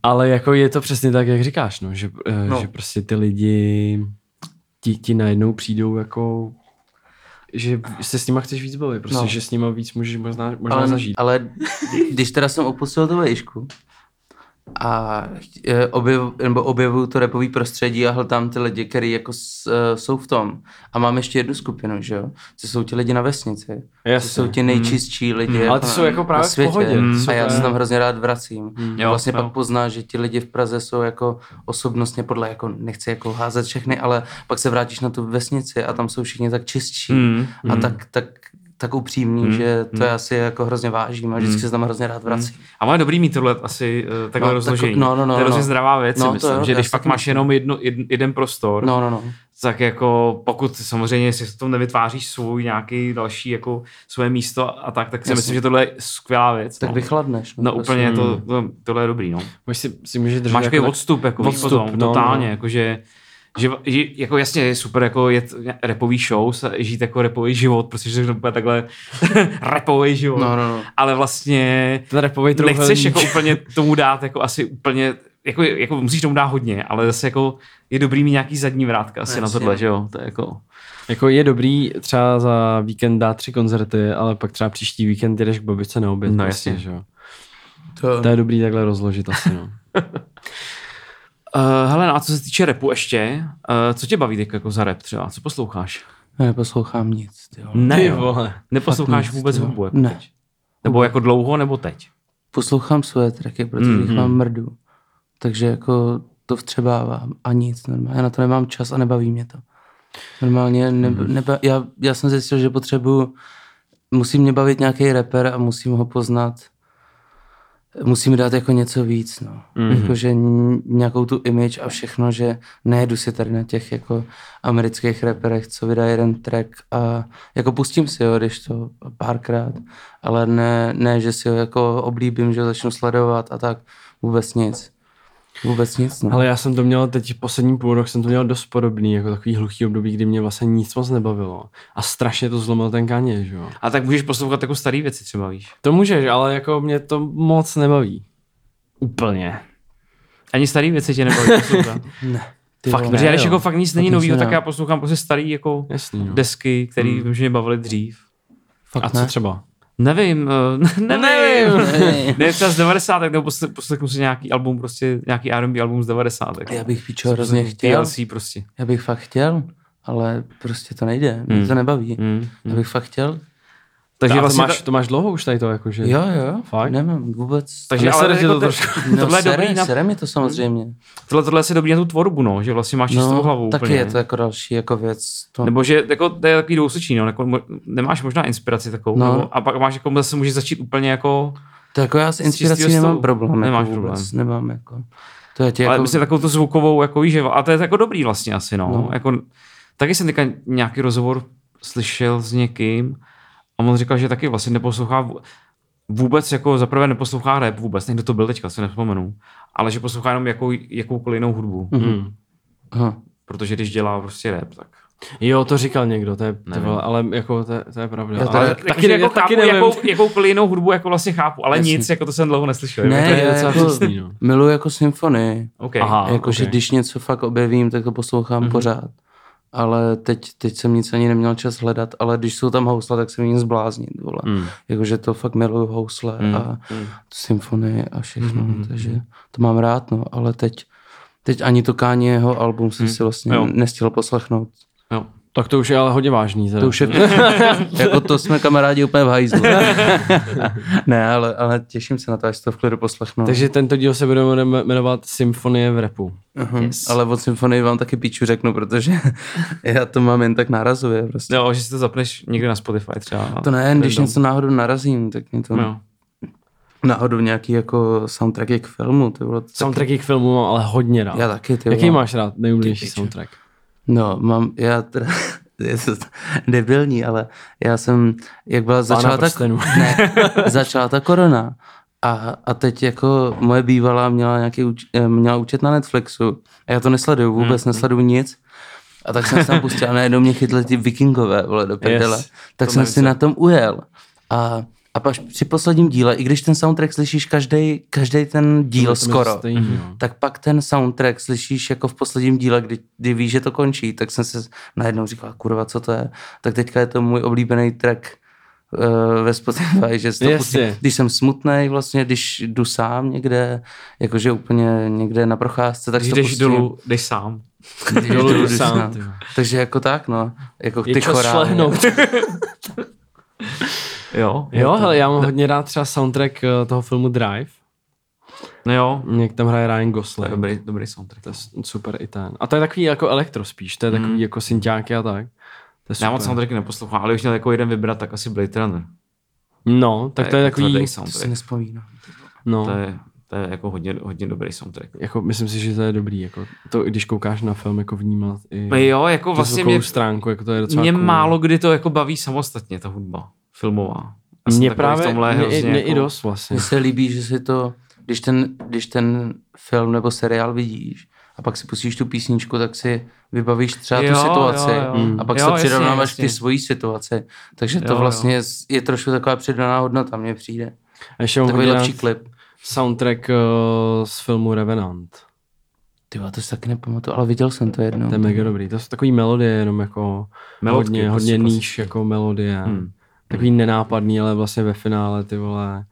S2: ale jako je to přesně tak, jak říkáš, no, že, no.
S4: No.
S2: že prostě ty lidi ti, ti najednou přijdou jako že se s nima chceš víc bavit, prostě, no.
S4: No.
S2: že s nima víc můžeš možná, možná
S4: Ale,
S2: zažít.
S4: ale když teda jsem opustil tu vejšku, a eh, objev, nebo objevuju to repový prostředí a hledám ty lidi, který jako s, eh, jsou v tom. A mám ještě jednu skupinu, že jo? To jsou ti lidi na vesnici.
S2: Jasně.
S4: To jsou ti nejčistší lidi.
S2: Ale ty
S4: na-
S2: jsou jako
S4: na
S2: právě v
S4: světě. Hmm.
S2: pohodě. Ty jsou Hmm.
S4: A já se
S2: právě-
S4: tam hrozně rád vracím.
S1: Jo,
S4: Jo, vlastně
S1: jo.
S4: jo. pak poznáš, že ti lidi v Praze jsou jako osobnostně podle, jako nechci jako házet všechny, ale pak se vrátíš na tu vesnici a tam jsou všichni tak čistší
S2: Hmm.
S1: Mm,
S4: a tak, tak, tak upřímní,
S1: Hmm.
S4: že to já si jako hrozně vážím a vždycky se tam hrozně rád vracím.
S1: A má dobrý mít tohle asi eh, takhle
S4: No,
S1: rozložení.
S4: tak- no, no, no,
S1: to je hrozně
S4: no.
S1: zdravá věc,
S4: No,
S1: no,
S4: to
S1: myslím,
S4: jo,
S1: že
S4: já
S1: když
S4: si
S1: pak
S4: taky
S1: máš jenom jedno, jed, jeden prostor,
S4: No, no, no.
S1: tak jako pokud samozřejmě si v tom nevytváříš svůj nějaký další jako svoje místo a tak, tak si
S4: Jasně.
S1: myslím, že tohle je skvělá věc.
S4: Tak
S1: no.
S4: vychladneš.
S1: No
S4: prostě.
S1: úplně, to, to, tohle je dobrý, no.
S2: Máš si, si můžeš držet
S1: Máš
S2: jako
S1: takový
S2: tak-
S1: odstup, jako víš,
S2: odstup,
S1: potom,
S2: no,
S1: totálně,
S2: no.
S1: jakože že, že, jako jasně je super jako jet repový show, se- žít jako repový život, prostě že to bude takhle repový život,
S4: No, no, no.
S1: ale vlastně
S2: Ten repovej
S1: nechceš
S2: trouhelník.
S1: jako úplně tomu dát jako asi úplně, jako, jako musíš tomu dát hodně, ale zase jako je dobrý mít nějaký zadní vrátka asi na
S4: Jasně.
S1: tohle, že jo, to je jako,
S2: Jako je dobrý třeba za víkend dát tři koncerty, ale pak třeba příští víkend jdeš k babičce na oběd.
S1: No
S2: prostě,
S1: jasně.
S2: Že? jo.
S4: To,
S2: To je dobrý takhle rozložit asi. No.
S1: uh, hele, no a co se týče repu ještě, uh, co tě baví teď jako za rap třeba, co posloucháš?
S4: Já neposlouchám nic, ty vole.
S1: Ne,
S2: Ty
S1: jo.
S2: vole.
S1: Neposloucháš
S4: Fakt nic,
S1: vůbec
S4: ty jo.
S1: hudbu jako
S4: Ne.
S1: teď? Nebo jako dlouho, nebo teď?
S4: Poslouchám svoje tracky, protože
S1: Mhm.
S4: mm-hmm. jich mám mrdu. Takže jako to vstřebávám a nic normálně. Já na to nemám čas a nebaví mě to. Normálně ne,
S2: Mhm.
S4: neba, já, já jsem zjistil, že potřebuju, musí mě bavit nějaký rapper a musím ho poznat. Musím dát jako něco víc, no.
S2: Mhm.
S4: Mm-hmm. Jakože n- nějakou tu image a všechno, že nejedu si tady na těch jako amerických rapperech, co vydá jeden track a jako pustím si ho, když to párkrát, ale ne, ne, že si ho jako oblíbím, že ho začnu sledovat a tak. Vůbec nic. Vůbec nic, no.
S2: Ale já jsem to měl teď poslední půl rok, jsem to měl dost podobný, jako takový hluchý období, kdy mě vlastně nic moc nebavilo. A strašně to zlomil ten kaně, že jo.
S1: A tak můžeš poslouchat jako starý věci třeba, víš?
S2: To můžeš, ale jako mě to moc nebaví. Úplně.
S1: Ani starý věci tě nebaví poslouchat.
S4: Ne. Ty
S1: fakt,
S4: vole.
S1: protože já když
S2: jo.
S1: jako fakt nic není
S4: nic no.
S1: novýho, tak
S4: nedá.
S1: já poslouchám prostě starý jako
S2: Jasný, no. jo.
S1: desky, který vím, že mě bavily dřív.
S4: Fakt
S2: A co
S4: ne.
S2: třeba?
S1: Nevím, eh, nevím.
S4: Ne.
S1: Ne, třeba z 90. nebo posle- poslechnu si nějaký album, prostě nějaký R&B album z 90.
S4: Já bych pičo hrozně chtěl.
S1: DLC prostě.
S4: Já bych fakt chtěl, ale prostě to nejde. Mě
S1: Hmm.
S4: to nebaví.
S1: Mm.
S4: Já bych fakt chtěl.
S1: Takže
S2: a
S1: vlastně
S2: to, máš,
S1: ta-
S2: to máš dlouho už tady to, jako jakože.
S4: Jo, jo.
S2: Fakt?
S4: Nemám vůbec.
S1: takže
S2: Já se
S1: ale
S2: radši
S1: jako
S2: to
S1: to-
S2: trošku-
S4: no,
S1: tohle je
S4: sere,
S1: dobrý na,
S4: sere mi to samozřejmě.
S1: tohle, tohle je dobrý na tu tvorbu, no, že vlastně máš čistou hlavu
S4: taky
S1: úplně.
S4: je to jako další jako věc. To...
S1: Nebo že jako, to je takový dvousečný, no, jako, mo- nemáš možná inspiraci takovou,
S4: No.
S1: nebo, a pak máš jako, zase můžeš začít úplně jako,
S4: To jako já s inspirací
S1: čistýho
S4: nemám
S1: stolu.
S4: problém.
S1: Nemáš
S4: jako vůbec,
S1: problém.
S4: Nemám jako. To je tě
S1: ale
S4: jako...
S1: myslím takovou tu zvukovou, jako víš, že, a to je jako dobrý vlastně asi, no,
S4: No.
S1: jako, taky jsem teďka nějaký rozhovor slyšel s někým a on říkal, že taky vlastně neposlouchá vů- vůbec jako zaprvé neposlouchá rap vůbec, někdo to byl teďka, si nevzpomenu, ale že poslouchá jenom jakou, jakoukoliv jinou hudbu,
S4: Mhm.
S2: Mm.
S4: Aha.
S1: protože když dělá prostě rap, tak.
S2: Jo, to říkal někdo, to je, to vole, ale jako to, je- to je pravda.
S4: Já to
S2: ale
S4: ne-
S1: Taky, taky, jako chápu,
S2: nevím.
S1: jakou, jakoukoliv jinou hudbu jako vlastně chápu, ale
S4: Jasně.
S1: nic, jako to jsem dlouho neslyšel.
S4: Ne,
S2: To je
S4: já
S2: docela
S4: jako-
S2: přísný, no.
S4: Miluji jako symfonii.
S1: Okay.
S2: Aha, jako,
S4: Jakože
S2: okay.
S4: když něco fakt objevím, tak to poslouchám mm-hmm. pořád. Ale teď, teď jsem nic ani neměl čas hledat, ale když jsou tam housla, tak se mi nic zbláznit, vole. Mm. Jakože to fakt miluju housle mm. a mm. symfonii a všechno, mm. takže to mám rád, no. Ale teď, teď ani to Kanyeho album jsem si vlastně
S1: Jo.
S4: nestihl poslechnout.
S1: Jo.
S2: Tak to už je ale hodně vážný. Teda.
S4: To už je, jako to jsme kamarádi úplně v hajzlu. ne, ale, ale těším se na to, až si to v klidu poslechnu.
S2: Takže tento díl se budeme jmenovat Symfonie v repu.
S4: Aha, Ale od symfonii vám taky píču řeknu, protože já to mám jen tak nárazově prostě.
S1: jo, že si to zapneš někde na Spotify třeba.
S4: To ne, když něco náhodou narazím, tak mě to
S1: Jo.
S4: náhodou nějaký jako soundtracky k filmu, ty vole. to taky-
S2: Soundtracky k filmu mám ale hodně rád.
S4: Já taky, ty
S2: Jaký
S4: vole.
S2: máš rád nejoblíbenější
S4: Ty pičo.
S2: soundtrack?
S4: No, mám, já teda, je to debilní, ale já jsem, jak byla začala ta,
S2: prstenů.
S4: ne, začala ta korona a, a teď jako moje bývalá měla, nějaký, úč- eh, měla účet na Netflixu a já to nesleduju, vůbec
S2: Mm-hmm.
S4: nesleduju nic. A tak jsem se tam pustil a najednou mě chytli ty vikingové, vole, do prdele.
S2: Yes,
S4: Yes, tak jsem si na tom ujel. A, a pak při posledním díle, i když ten soundtrack slyšíš každý každý ten díl
S2: To mi
S4: skoro,
S2: Stejný, jo.
S4: tak pak ten soundtrack slyšíš jako v posledním díle, kdy, kdy víš, že to končí, tak jsem se najednou říkal, kurva, co to je. Tak teďka je to můj oblíbený track eh, ve Spotify, že si to pustí,
S2: No Jasně.
S4: když jsem smutný, vlastně, když jdu sám někde, jakože úplně někde na procházce, tak
S1: Když
S4: si to
S1: jdeš
S2: prostě-
S4: pustím.
S1: dolů, jdeš sám.
S4: Když
S2: dolů jdu
S4: jdu
S2: sám,
S4: sám.
S2: ty jo.
S4: Takže jako tak, no. Jako
S2: Je
S4: ty
S2: čas
S4: chorály.
S2: šlehnout.
S1: Jo,
S2: Jo, hele, já mám hodně rád třeba soundtrack eh, toho filmu Drive.
S1: No jo,
S2: Jak tam hraje Ryan
S1: to je
S2: Gosling.
S1: dobrý, dobrý soundtrack.
S2: To je s- super i ten. A to je takový jako elektro spíš, to je takový
S4: Hmm.
S1: Mm.
S2: jako synťáky a tak. To je
S1: Já moc
S2: super.
S1: soundtracky neposlouchám, ale když měl jako jeden vybrat, tak asi Blade Runner.
S2: No, tak
S1: je
S2: to je
S1: jako
S2: takový,
S1: tvrdý
S4: To si
S1: soundtrack.
S4: nespomínám.
S2: no,
S1: To je, to je jako hodně, hodně dobrý soundtrack.
S2: jako myslím si, že to je dobrý, jako to, i když koukáš na film, jako vnímat i
S1: Jo, jako
S2: tu
S1: vlastně
S2: zvukovou
S1: mě,
S2: stránku, jako to je docela
S1: mě
S2: cool.
S1: málo kdy to jako baví samostatně, ta hudba filmová. Já jsem
S2: mě
S1: takový v
S2: právě,
S1: vlastně tomhle
S2: mě, i-
S1: hrozně
S2: mě
S1: jako-
S2: i dost vlastně.
S4: Mně se líbí, že si to, když ten, když ten film nebo seriál vidíš a pak si pustíš tu písničku, tak si vybavíš třeba
S1: Jo,
S4: tu situaci
S1: jo, jo.
S4: a pak
S1: Jo,
S4: se
S1: jasně,
S4: přirovnáváš k
S1: jasně.
S4: ty svojí situaci. Takže to
S1: Jo, jo.
S4: vlastně je, je trošku taková přidaná hodnota, mně přijde.
S2: A ještě mám
S4: Takový
S2: hodně
S4: lepší
S2: rád
S4: klip.
S2: soundtrack eh, z filmu Revenant.
S4: Ty vole, to si taky nepamatuju, ale viděl jsem to jednou.
S2: To je mega dobrý. To jsou takový melodie, jenom jako
S1: No. Melodky,
S2: hodně,
S1: to
S2: hodně
S1: jsou
S2: níž
S1: klasické.
S2: jako melodie.
S1: Hmm.
S2: Takový nenápadný, ale vlastně ve finále ty vole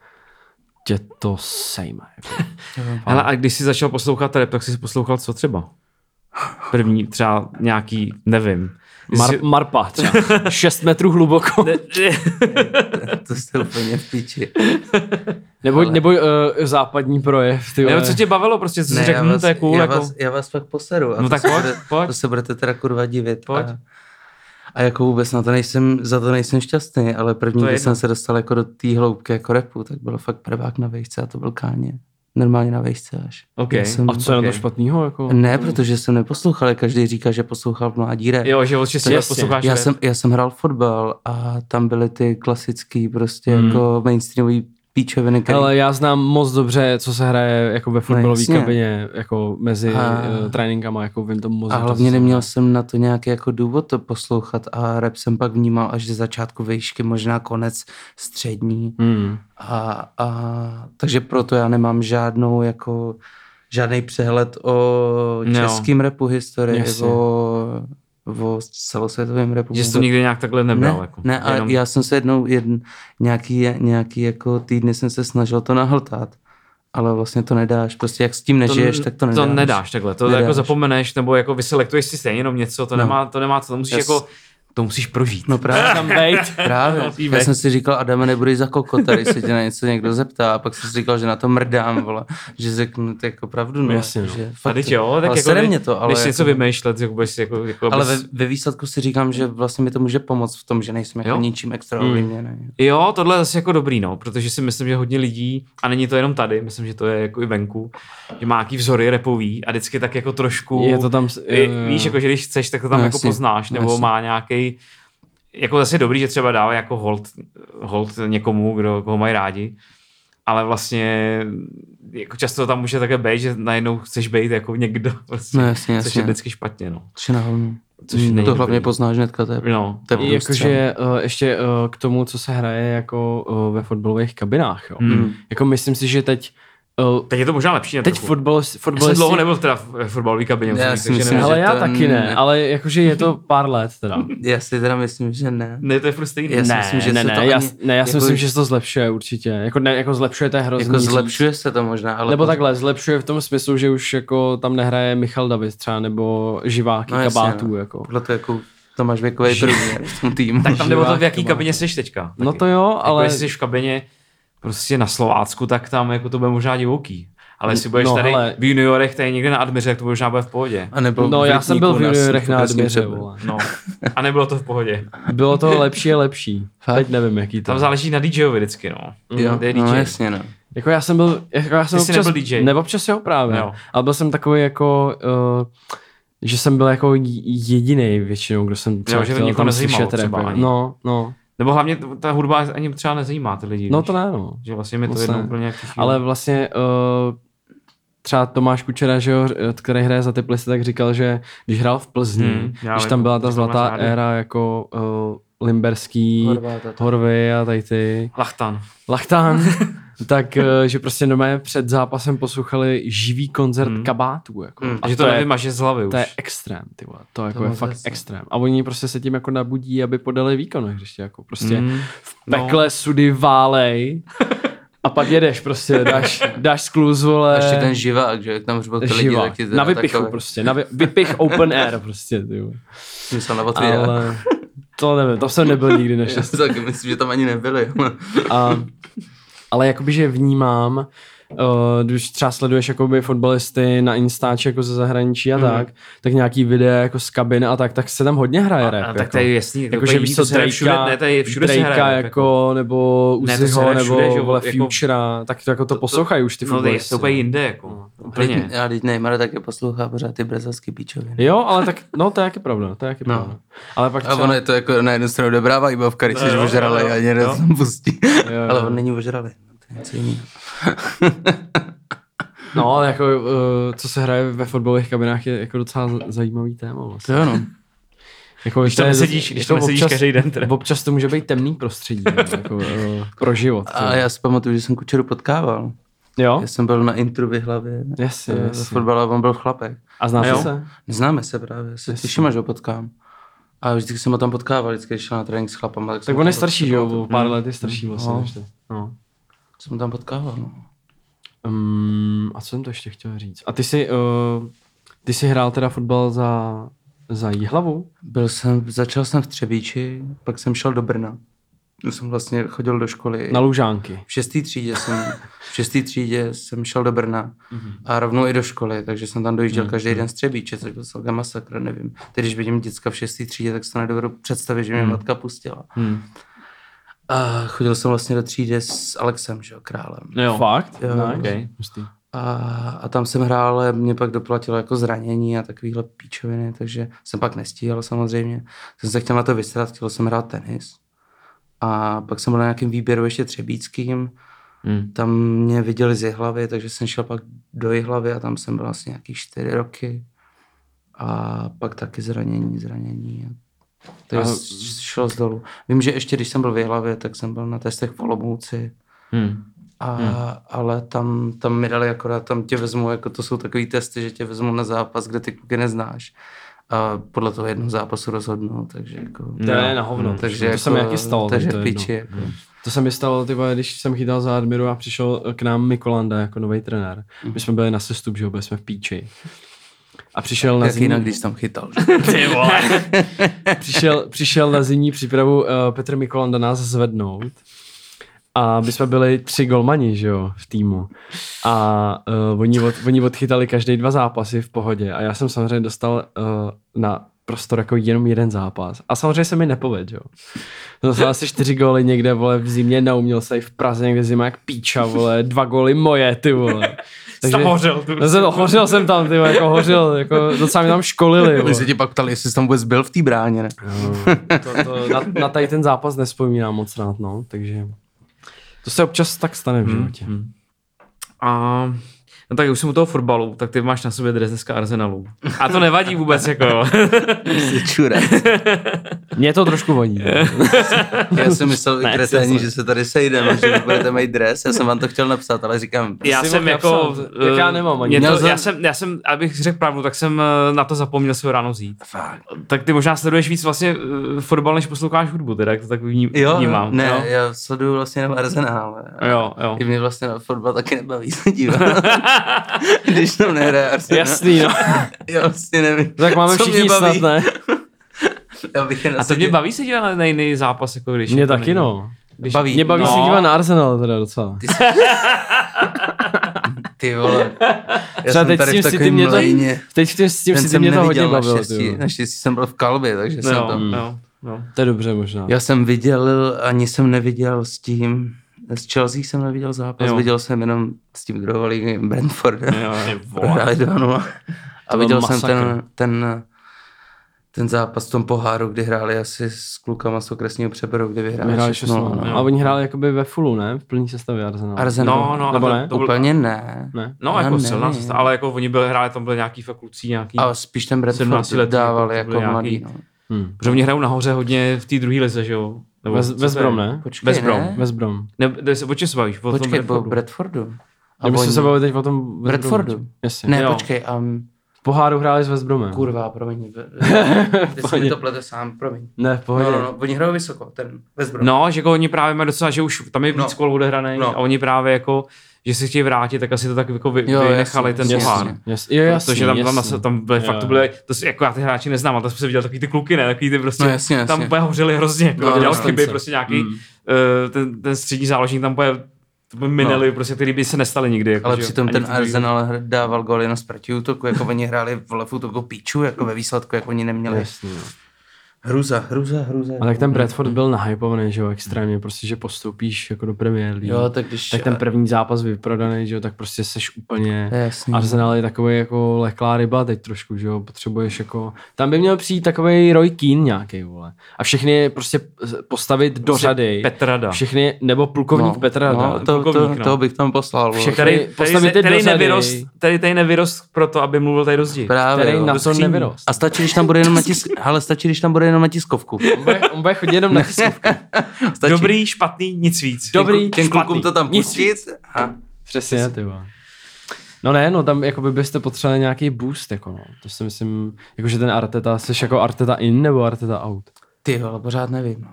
S2: tě to sejme. jako.
S1: Hele, a když jsi začal poslouchat rap, tak jsi poslouchal co třeba? První třeba nějaký, nevím.
S2: Mar- Marpa třeba. 6 metrů hluboko.
S4: To jste úplně v piči.
S2: Nebo, nebo uh, západní projev. Ty vole.
S1: Nebo co tě bavilo, prostě co jsi
S4: Ne, já
S1: řekl, hm,
S4: vás,
S1: to je cool,
S4: já,
S1: jako...
S4: vás, já vás pak poseru.
S1: No
S4: A to
S1: tak
S4: se
S1: pojď,
S4: bude-
S1: pojď.
S4: To se budete teda kurva divit.
S1: Pojď.
S4: A, a jako vůbec na to nejsem, za to nejsem šťastný, ale první,
S1: To je
S4: když
S1: jedno.
S4: jsem se dostal jako do té hloubky jako repu, tak byl fakt prvák na vejšce a to byl Káně. Normálně na vejšce až.
S1: OK.
S4: Já Jsem,
S2: A co je na to
S1: Ok.
S2: špatnýho? Jako?
S4: ne, protože jsem neposlouchal, jak každý říká, že poslouchal v mládí rap.
S1: Jo, že od 6 let
S2: Jasně.
S1: posloucháš
S4: Já
S1: rap.
S4: jsem, já jsem hrál fotbal a tam byly ty klasický prostě
S1: Hmm.
S4: jako mainstreamový píčoviny, který
S2: Ale já znám moc dobře, co se hraje jako ve fotbalové
S4: jasně.
S2: kabině, jako mezi
S4: A-
S2: eh, tréninkama, jako vím to moc
S4: A
S2: dobře,
S4: hlavně
S2: co se
S4: neměl
S2: hraje.
S4: jsem na to nějaký jako důvod to poslouchat a rap jsem pak vnímal až ze začátku vejšky, možná konec střední.
S2: Hmm.
S4: A, a, takže proto já nemám žádnou jako žádný přehled o
S1: No.
S4: českým repu historii,
S2: Jasně.
S4: o, o celosvětovém repu.
S1: Že jsi to
S4: vůbec.
S1: nikdy nějak takhle nebral.
S4: ne,
S1: jako.
S4: ne, ale
S1: Jenom-
S4: já jsem se jednou, jedn, nějaký, nějaký jako týdny jsem se snažil to nahltát, ale vlastně to nedáš, prostě jak s tím nežiješ, tak to nedáš.
S1: To nedáš takhle, to
S4: Nedáš.
S1: jako zapomeneš, nebo jako vyselektuješ si stejně jenom něco, to,
S4: No.
S1: nemá, to nemá co, to musíš
S4: Jas-
S1: jako, to musíš prožít.
S4: No právě.
S2: Tam bejt.
S4: Právě.
S1: Víme.
S4: Já jsem si říkal, Adame, nebudeš za koko, tady se tě na něco někdo zeptá. A pak jsem si říkal, že na to mrdám, vole. Že řeknu to jako pravdu, no.
S2: Jasně, no.
S4: Že
S1: A
S4: fakt,
S1: teď jo, tak
S4: ale
S1: jako
S4: sere
S1: ne-
S4: mě to, ale,
S1: budeš
S4: jako,
S1: něco vymýšlet, jako budeš si jako, jako
S4: ale ve,
S1: bys-
S4: ve, výsledku si říkám, že vlastně mi to může pomoct v tom, že nejsem jako
S1: Jo? Mm.
S4: ničím extra ovlivněný.
S1: Jo, tohle je zase jako dobrý, no, protože si myslím, že hodně lidí, a není to jenom tady, myslím, že to je jako i venku, že má nějaký vzory repový a vždycky tak jako trošku,
S2: Je to tam s-
S1: i-
S2: jo, jo, jo.
S1: víš, jako že když chceš, tak to tam
S4: No,
S1: jako
S4: jasně,
S1: poznáš, nebo
S4: jasně.
S1: má nějaký jako zase dobrý, že třeba dává jako hold, hold někomu, kdo koho mají rádi, ale vlastně jako často to tam může také být, že najednou chceš být jako někdo, prostě,
S4: No jasně,
S1: což je
S4: jasně.
S1: vždycky špatně, no.
S4: Což je na hovnu.
S1: Což
S4: Mm,
S1: není
S4: to hlavně
S1: dobrý.
S4: poznáš hnedka, to je,
S1: No,
S4: to je
S1: no.
S4: průstřel.
S2: Jakože eh, ještě eh, k tomu, co se hraje jako eh, ve fotbalových kabinách. Jo.
S1: Hmm.
S2: Jako myslím si, že teď eh,
S1: Teď je to možná lepší. na
S2: teď
S1: trochu.
S2: fotbal,
S1: Já jsem
S2: fotbalisti...
S1: dlouho nebyl teda v fotbalové kabině.
S4: Já
S1: musím říct,
S4: si
S1: takže
S4: myslím,
S1: nevím.
S2: Hele,
S4: že
S2: já
S4: to
S2: taky ne,
S4: ne.
S2: ale jakože je to pár let teda.
S4: Já si teda myslím, že ne.
S1: Ne, to je furt stejný.
S4: Já si
S1: Ne.
S4: myslím, že
S2: ne,
S4: se
S2: ne,
S4: to
S2: já,
S4: ani,
S2: ne, já si
S4: jako-
S2: myslím, že se to zlepšuje určitě. Jako, ne, jako zlepšuje to je hrozný.
S4: Jako
S2: říct.
S4: zlepšuje se to možná, ale...
S2: Nebo takhle, zlepšuje v tom smyslu, že už jako tam nehraje Michal David třeba, nebo živáky
S4: No jasně,
S2: kabátů.
S4: no.
S2: Jako.
S4: Podle to jako to máš věkový průměr v tom týmu.
S1: Tak tam jde o to, v jaký
S2: Živák,
S1: kabině jsi teďka. Taky.
S2: No to jo,
S1: Jako
S2: ale...
S1: jestli jsi v kabině prostě na Slovácku, tak tam jako to bude možná divoký. Ale jestli budeš
S2: No,
S1: tady
S2: hele.
S1: v juniorech, tady někde na Admiře, tak to možná bude v pohodě.
S4: A nebo
S2: No
S4: v
S2: já jsem byl v
S4: Rybníku na
S2: juniorech na
S4: Krasném
S2: Admiře,
S4: Hřebu.
S2: vole.
S1: No. A nebylo to v pohodě.
S2: Bylo to lepší a lepší.
S4: Fakt?
S2: Teď nevím, jaký to
S1: Tam
S2: je.
S1: záleží na DJovi vždycky, no.
S4: Jo,
S1: Kde je
S4: no
S1: DJ?
S4: jasně, no.
S2: Jako já jsem byl, jako já jsem
S1: Ty jsi
S2: občas,
S1: nebyl DJ.
S2: Nebo občas jo právě,
S1: Jo.
S2: ale byl jsem takový jako, uh, že jsem byl jako j- jediný většinou, kdo jsem třeba
S1: Jo, že to
S2: chtěl
S1: nikoho
S2: tam
S1: nezajímalo
S2: slyšet
S1: třeba
S2: rapy.
S1: ani.
S2: No, no,
S1: Nebo hlavně t- ta hudba ani třeba nezajímá ty lidi.
S2: no
S1: víš?
S2: to ne, no.
S1: Že vlastně mi to
S2: Moc
S1: jedno
S2: ne.
S1: úplně jak všichni.
S2: Ale vlastně uh, třeba Tomáš Kučera, že jo, eh, který hraje za ty plisty, tak říkal, že když hrál v Plzni,
S1: Hmm,
S2: hmm,
S1: já
S2: když
S1: vím,
S2: tam byla ta
S1: když to máš
S2: zlatá
S1: rádi.
S2: éra jako uh, Limberský,
S4: Horváta, to-
S2: Horvy a tady ty,
S1: Lachtan.
S2: Lachtan, tak eh, že prostě normálně před zápasem poslouchali živý koncert
S1: Mm.
S2: hmm. kabátů. Jako.
S1: Mm, že to, to
S2: je,
S1: nevymaže z hlavy už.
S2: to je extrém, ty vole. To, jako je
S4: bylo
S2: fakt
S4: zase-
S2: extrém. A oni prostě se tím jako nabudí, aby podali výkon na hřiště. Jako prostě
S1: Mm.
S2: v pekle sudy válej a pak jedeš prostě, dáš, dáš skluz, vole.
S4: A ještě ten živák, že jak tam hřbou ty lidi,
S2: živá.
S4: tak ti teda
S2: Eh, Na vypichu
S4: takové-
S2: prostě, na vy, vypich open air prostě, ty vole.
S4: Myslel na otvírák.
S2: Ale to nevím, tam jsem nebyl nikdy
S4: Já
S2: naštěstí.
S4: si taky myslím, že tam ani nebyli.
S2: A, ale jakoby, že vnímám, uh, když třeba sleduješ jakoby fotbalisty na Instači jako ze zahraničí a
S1: Mhm.
S2: tak, tak nějaký videa jako z kabiny a tak, tak se tam hodně hraje rap.
S1: a,
S2: jako.
S1: tak to je jasný.
S2: jako, že víš co,
S1: Drakea, všude, ne, tady všude se
S2: Drakea
S1: hraje. rap,
S2: jako, nebo
S1: Ne, to se
S2: Uziho,
S1: hraje
S2: nebo
S1: všude, že jo,
S2: vole,
S1: jako-
S2: Futura, tak to, jako to, poslouchají už ty
S1: No
S2: No,
S1: to je
S2: fotbalisty.
S1: to úplně jinde, jako. Úplně.
S4: Já teď Neymar taky poslouchá pořád ty brazilský píčoviny.
S2: Jo, ale tak, no to je taky pravda, to je taky
S4: No.
S2: pravda. Ale pak
S4: A
S2: třeba,
S4: ono je to jako na jednu stranu dobrá vajbavka, když
S1: No
S4: jsi
S1: jo, jo,
S4: ožralej a někdo
S1: jo.
S4: se tam pustí.
S2: Jo, jo.
S4: Ale on není ožralej. To je něco jiného.
S2: no ale jako, uh, co se hraje ve fotbalových kabinách je jako docela z- zajímavý téma vlastně.
S4: Jo no.
S2: Jako,
S1: Když tam nesedíš, když tam nesedíš každý den. teda.
S2: Občas to může být temný prostředí no, jako, eh, pro život.
S4: A já si pamatuju, že jsem Kučeru potkával.
S2: jo?
S4: Já jsem byl na intru v hlavě.
S2: No. Jasně,
S4: Ze
S2: jasně.
S4: fotbalu a on byl chlapek.
S2: A znáte
S1: Jo.
S2: se?
S4: Neznáme se právě, já se těším, až ho potkám. A vždycky jsem ho tam potkával, vždycky když šel na trénink s chlapama. Tak,
S2: Tak
S4: jsem
S2: on
S4: ho
S2: je
S4: tam
S2: starší, že jo?
S4: potkával.
S2: O pár let je starší vlastně.
S4: No.
S2: než ty. No.
S4: Jsem ho tam potkával, no.
S2: Um, a co jsem to ještě chtěl říct? A ty jsi, uh, ty jsi hrál teda fotbal za, za Jihlavu?
S4: Byl jsem, začal jsem v Třebíči, pak jsem šel do Brna. Já jsem vlastně chodil do školy.
S2: Na Lužánky.
S4: V šestý třídě jsem, v šestý třídě jsem šel do Brna
S2: Mhm.
S4: a rovnou i do školy, takže jsem tam dojížděl každý den z Třebíče, což byl celkem masakr, nevím. Teď, když vidím děcka v šestý třídě, tak si to nedovedu představit,
S2: Mhm.
S4: že mě matka pustila.
S2: Hmm.
S4: A chodil jsem vlastně do třídy s Alexem, že jo, králem.
S1: Jo.
S2: Fakt?
S4: Jo.
S2: Nice.
S1: Okay.
S2: No Hustý.
S4: A, a tam jsem hrál, ale mě pak doplatilo jako zranění a takovýhle píčoviny, takže jsem pak nestíhal samozřejmě. Jsem se chtěl na to vysrat, chtěl jsem hrát tenis. A pak jsem byl na nějakém výběru ještě třebíckým,
S2: Hmm.
S4: tam mě viděli z Jihlavy, takže jsem šel pak do Jihlavy a tam jsem byl vlastně nějaký čtyři roky. A pak taky zranění, zranění. a- Takže
S2: A-
S4: a... šel z dolu. Vím, že ještě když jsem byl v Jihlavě, tak jsem byl na testech v Olomouci.
S2: Hmm.
S4: A, hmm. ale tam, tam mi dali akorát, tam tě vezmu, jako to jsou takový testy, že tě vezmu na zápas, kde ty kluky neznáš. A podle toho jednoho zápasu rozhodnou, takže jako...
S2: To je na hovno.
S4: Hmm.
S2: Takže
S4: Takže
S2: No. to
S4: jako-
S2: se mi jaký stalo.
S4: takže
S2: to Hmm. je
S4: v
S2: jedno.
S4: piči, jako.
S2: To se mi stalo, ty vole, když jsem chytal za Admiru a přišel k nám Mikolanda jako nový trenér. My jsme byli na sestup, že jo, byli jsme v píči. A přišel na
S4: Jak
S2: zimní,
S4: jinak, když jsi tam chytal. že?
S1: Ty vole.
S2: přišel, přišel na zimní přípravu uh, Petr Mikolanda nás zvednout. A my jsme byli tři golmani, že jo, v týmu. A uh, oni, od, oni odchytali každý dva zápasy v pohodě. A já jsem samozřejmě dostal uh, na prostor jako jenom jeden zápas. A samozřejmě se mi nepovedl, jo. Dostal asi čtyři góly někde, vole, v zimě neuměl se i v Praze někde zima jak píča, vole, dva góly moje, ty vole.
S1: Tam hořel. tu.
S2: No, jsem, hořel jsem tam, ty vole, jako hořel, jako docela mě tam školili.
S4: Oni
S2: vole. No.
S4: se tě pak ptali, jestli jsi tam vůbec byl v té bráně, ne?
S2: to, to, na, na tady ten zápas nespomínám moc rád, no, takže to se občas tak stane v životě. Hmm.
S1: A No tak už jsem u toho fotbalu, tak ty máš na sobě dres dneska Arsenalu. A to nevadí vůbec, jako jo.
S4: Jsi čura.
S2: Mě to trošku voní.
S4: Já jsem myslel
S1: Ne,
S4: ne,
S1: jasně.
S4: kreténi, že se tady sejdeme, že budete mít dres. Já jsem vám to chtěl napsat, ale říkám,
S1: Já
S2: jsi
S1: jsem
S2: mohl
S1: jako...
S2: napsat, tak já nemám ani.
S1: mě
S4: Měl
S1: to,
S4: jsem-
S1: já, jsem, já jsem, abych řekl pravdu, tak jsem eh, na to zapomněl se ráno vzít.
S4: fakt.
S1: Tak ty možná sleduješ víc vlastně eh, fotbal, než posloucháš hudbu, teda jak to tak vním,
S4: Jo,
S1: vnímám.
S4: ne,
S1: jo?
S4: já sleduju vlastně jenom Arsenál.
S1: Jo, jo.
S4: I mě vlastně na fotbal taky nebaví se dívat. Když tam nehraje Arsenal.
S2: Jasný, no.
S4: Já vlastně nevím,
S2: Tak máme
S4: co
S2: všichni
S4: mě baví.
S2: snad, ne?
S4: Já bych jen
S1: A to mě baví se dívat na- na jiný zápas, jako když...
S2: Mě
S1: je to
S2: taky,
S1: není.
S2: no.
S4: Když baví.
S2: Mě baví
S1: No.
S2: no. se dívat na Arsenal teda docela.
S4: Ty vole. Já
S2: Třeba teď s tím City mě to,
S4: mlejně.
S2: teď v tím- s tím
S4: Ten
S2: City
S4: jsem
S2: mě to hodně
S4: neviděl
S2: bavilo. ty
S4: naštěstí.
S2: vole. No.
S4: Naštěstí jsem byl v kalbě, takže jsem
S1: Jo,
S4: tam.
S1: jo, jo.
S2: To je dobře možná.
S4: Já jsem viděl, ani jsem neviděl s tím, s Chelsea jsem neviděl zápas,
S1: Jo.
S4: jo. viděl jsem jenom s tím druholigovým Brentfordem.
S1: Jo, jo.
S4: Prohráli 2 A
S2: no. byl
S4: viděl jsem
S2: masakr.
S4: ten, ten, ten zápas v tom poháru, kdy hráli asi s klukama z okresního přeberu, kdy vyhráli,
S2: Vyhráli
S4: 6-0.
S2: 6-0.
S4: no.
S2: no. A oni hráli jakoby ve fullu, ne? V plný sestavě Arsenal.
S4: Arsenal.
S1: No, no, a
S2: Nebo
S1: to-
S2: ne?
S1: to byl-
S4: Úplně ne.
S2: Ne.
S1: No,
S4: Ale
S1: jako
S4: ne.
S1: silná sestava, ale jako oni byli, hráli, tam byly nějaký fakulcí, nějaký...
S4: A spíš ten
S1: 17
S4: Brentford
S1: letý,
S4: dávali
S1: jako to
S4: jako,
S1: byly
S4: mladý.
S1: nějaký-
S4: No.
S2: Hmm.
S1: Protože oni hrajou nahoře hodně v té druhé lize, že jo? Nebo
S2: Vez,
S1: co to
S2: Vezbrom,
S1: je?
S2: ne?
S4: Počkej,
S1: Bezbrom.
S4: ne?
S2: Vezbrom.
S1: Ne, kde se, o čem se bavíš? O
S4: Počkej,
S1: tom
S4: po
S1: Bradfordu.
S4: Bradfordu. A
S2: Já bych
S4: oni-
S2: se bavil teď o tom
S4: Bradfordu.
S2: Jasně.
S4: Ne,
S1: Jo.
S4: počkej, um,
S2: V poháru hráli s Vezbromem.
S4: kurva, promiň. Ty si mi
S2: Pohodě.
S4: to plete sám, promiň.
S2: Ne, v pohodě.
S4: No, no, no, oni hrajou vysoko, ten Westbrook.
S1: No, že jako oni právě mají docela, že už tam je víc
S4: No.
S1: no. kol odehraných
S4: No.
S1: no. a oni právě jako, že si chtějí vrátit, tak asi to tak jako vy,
S4: Jo,
S1: jo,
S4: jasně,
S1: vynechali ten
S4: jasně.
S1: pohár.
S2: Jasně, jo, jasný,
S1: Protože tam, tam,
S2: jasný.
S1: tam, tam byly,
S2: Jo.
S1: fakt to byly, to si, jako já ty hráči neznám, ale tam jsem se viděl takový ty kluky, ne, takový ty prostě,
S4: No, jasně, jasně.
S1: tam úplně hořeli hrozně, jako,
S4: No,
S1: no, dělal
S4: jasně.
S1: chyby, prostě nějaký, mm. ten, ten střední záložník tam úplně to by mineli, no. prostě ty ryby se nestaly nikdy. Jako,
S4: Ale
S1: že jo.
S4: přitom
S1: Ani
S4: ten
S1: v druhý-
S4: Arsenal hr- dával góly na zproti útoku, jako oni hráli v levu útoku píču, jako ve výsledku, jako oni neměli.
S2: Jasný, no.
S4: Hruza, hruza, hruza.
S2: A tak ten Bradford byl nahypovaný, že jo, extrémně, prostě, že postoupíš jako do Premier League.
S4: Mm-hmm. Jo, tak když...
S2: tak ten první zápas vyprodaný, že jo, tak prostě seš úplně...
S4: To je jasný.
S2: Arsenal je takový jako leklá ryba teď trošku, že jo, potřebuješ jako... Tam by měl přijít takový Roy Keane nějaký, vole. A všechny je prostě postavit do
S1: Prostě
S2: řady.
S1: Petrada.
S2: Všechny, nebo plukovník
S4: no,
S2: Petra.
S4: no, to, to,
S1: plukovník,
S4: to,
S1: no.
S4: toho bych tam poslal. vole.
S2: Všechny-
S1: Tady, tady,
S2: postavit
S1: tady,
S2: ty
S1: tady,
S2: do řady.
S1: nevyrost, tady, tady nevyrost proto, aby mluvil tady rozdíl.
S4: Právě,
S2: který
S4: jo.
S2: na to
S1: skříní.
S2: nevyrost.
S4: Hmm. A stačí, když tam bude jenom na tisk... Ale stačí, když tam bude jenom na tiskovku.
S2: On bude, on bude chodit jenom na tiskovku.
S4: Stačí.
S1: Dobrý, špatný, nic víc. Jako-
S2: Dobrý,
S4: Těm klukům to tam
S2: Nic
S4: pustit. A...
S2: Přesně, ty vole. No ne, no tam jako by byste potřebovali nějaký boost, jako no. To si myslím, jako že ten Arteta, jsi jako Arteta in nebo Arteta out?
S4: Ty vole, pořád nevím. No.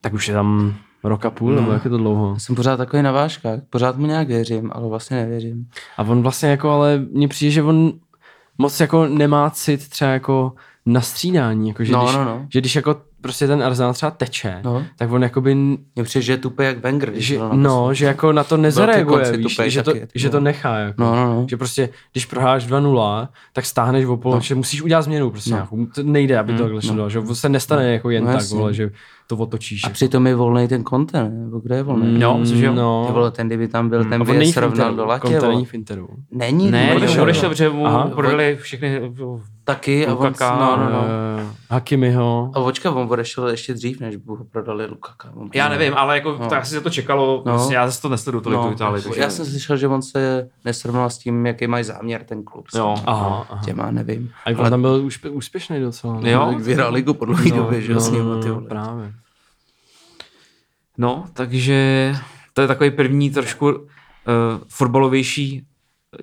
S2: Tak už je tam rok a půl, no. nebo jak je to dlouho?
S4: Já jsem pořád takový na váškách, pořád mu nějak věřím, ale vlastně nevěřím.
S2: A on vlastně jako, ale mně přijde, že on moc jako nemá cit třeba jako na střídání, jako že,
S4: No,
S2: když,
S4: no, no.
S2: že když jako prostě ten Arsenal třeba teče,
S4: No.
S2: tak on jakoby, n-
S4: Mně přijde, že je tupý jak Wenger. když
S2: že,
S4: byl na
S2: no, že jako na to nezareaguje,
S4: konci
S2: víš,
S4: tupej
S2: že, to,
S4: taky, ty
S2: že to
S4: vole.
S2: nechá, jako.
S4: No, no, no.
S2: že prostě, když prohráš 2-0, tak stáhneš v polo, no. že musíš udělat změnu prostě
S4: No.
S2: no. nějakou, to nejde, aby to takhle šlo, no. že to se nestane jako jen
S4: No,
S2: no, tak,
S4: jasně.
S2: vole, že to otočíš.
S4: A přitom je volný ten konten, nebo kde je volný?
S1: Jo, myslím, že jo.
S4: Ty vole, ten kdyby tam byl, ten
S2: Hmm. A on
S4: by je
S2: No. není v
S4: srovnal
S2: Interu,
S4: do latě.
S2: Conte
S4: vole.
S2: není v Interu.
S4: Není,
S1: Ne,
S4: vole,
S1: odešel,
S4: vole.
S1: odešel, protože mu
S2: Aha.
S1: prodali všechny...
S4: Taky a on,
S1: Lukaka,
S4: no, no, no.
S2: Eh, Hakimiho.
S4: A očka, on odešel ještě dřív, než by ho prodali Lukaka. On
S1: Já nevím, ale jako tak asi se to čekalo,
S4: No.
S1: prostě já zase to nesleduju tolik
S4: No,
S1: tu Itálii. takže-
S4: já jsem slyšel, že on se nesrovnal s tím, jaký mají záměr ten klub.
S1: Jo.
S2: Aha, aha.
S4: Těma, nevím.
S2: A on tam byl úspě, úspěšný docela. no. ne?
S1: Jo.
S4: Vyhrál ligu po dlouhé
S2: No,
S4: době, že jo, s ním, ty vole.
S2: Právě.
S1: No, takže to je takový první trošku uh, fotbalovější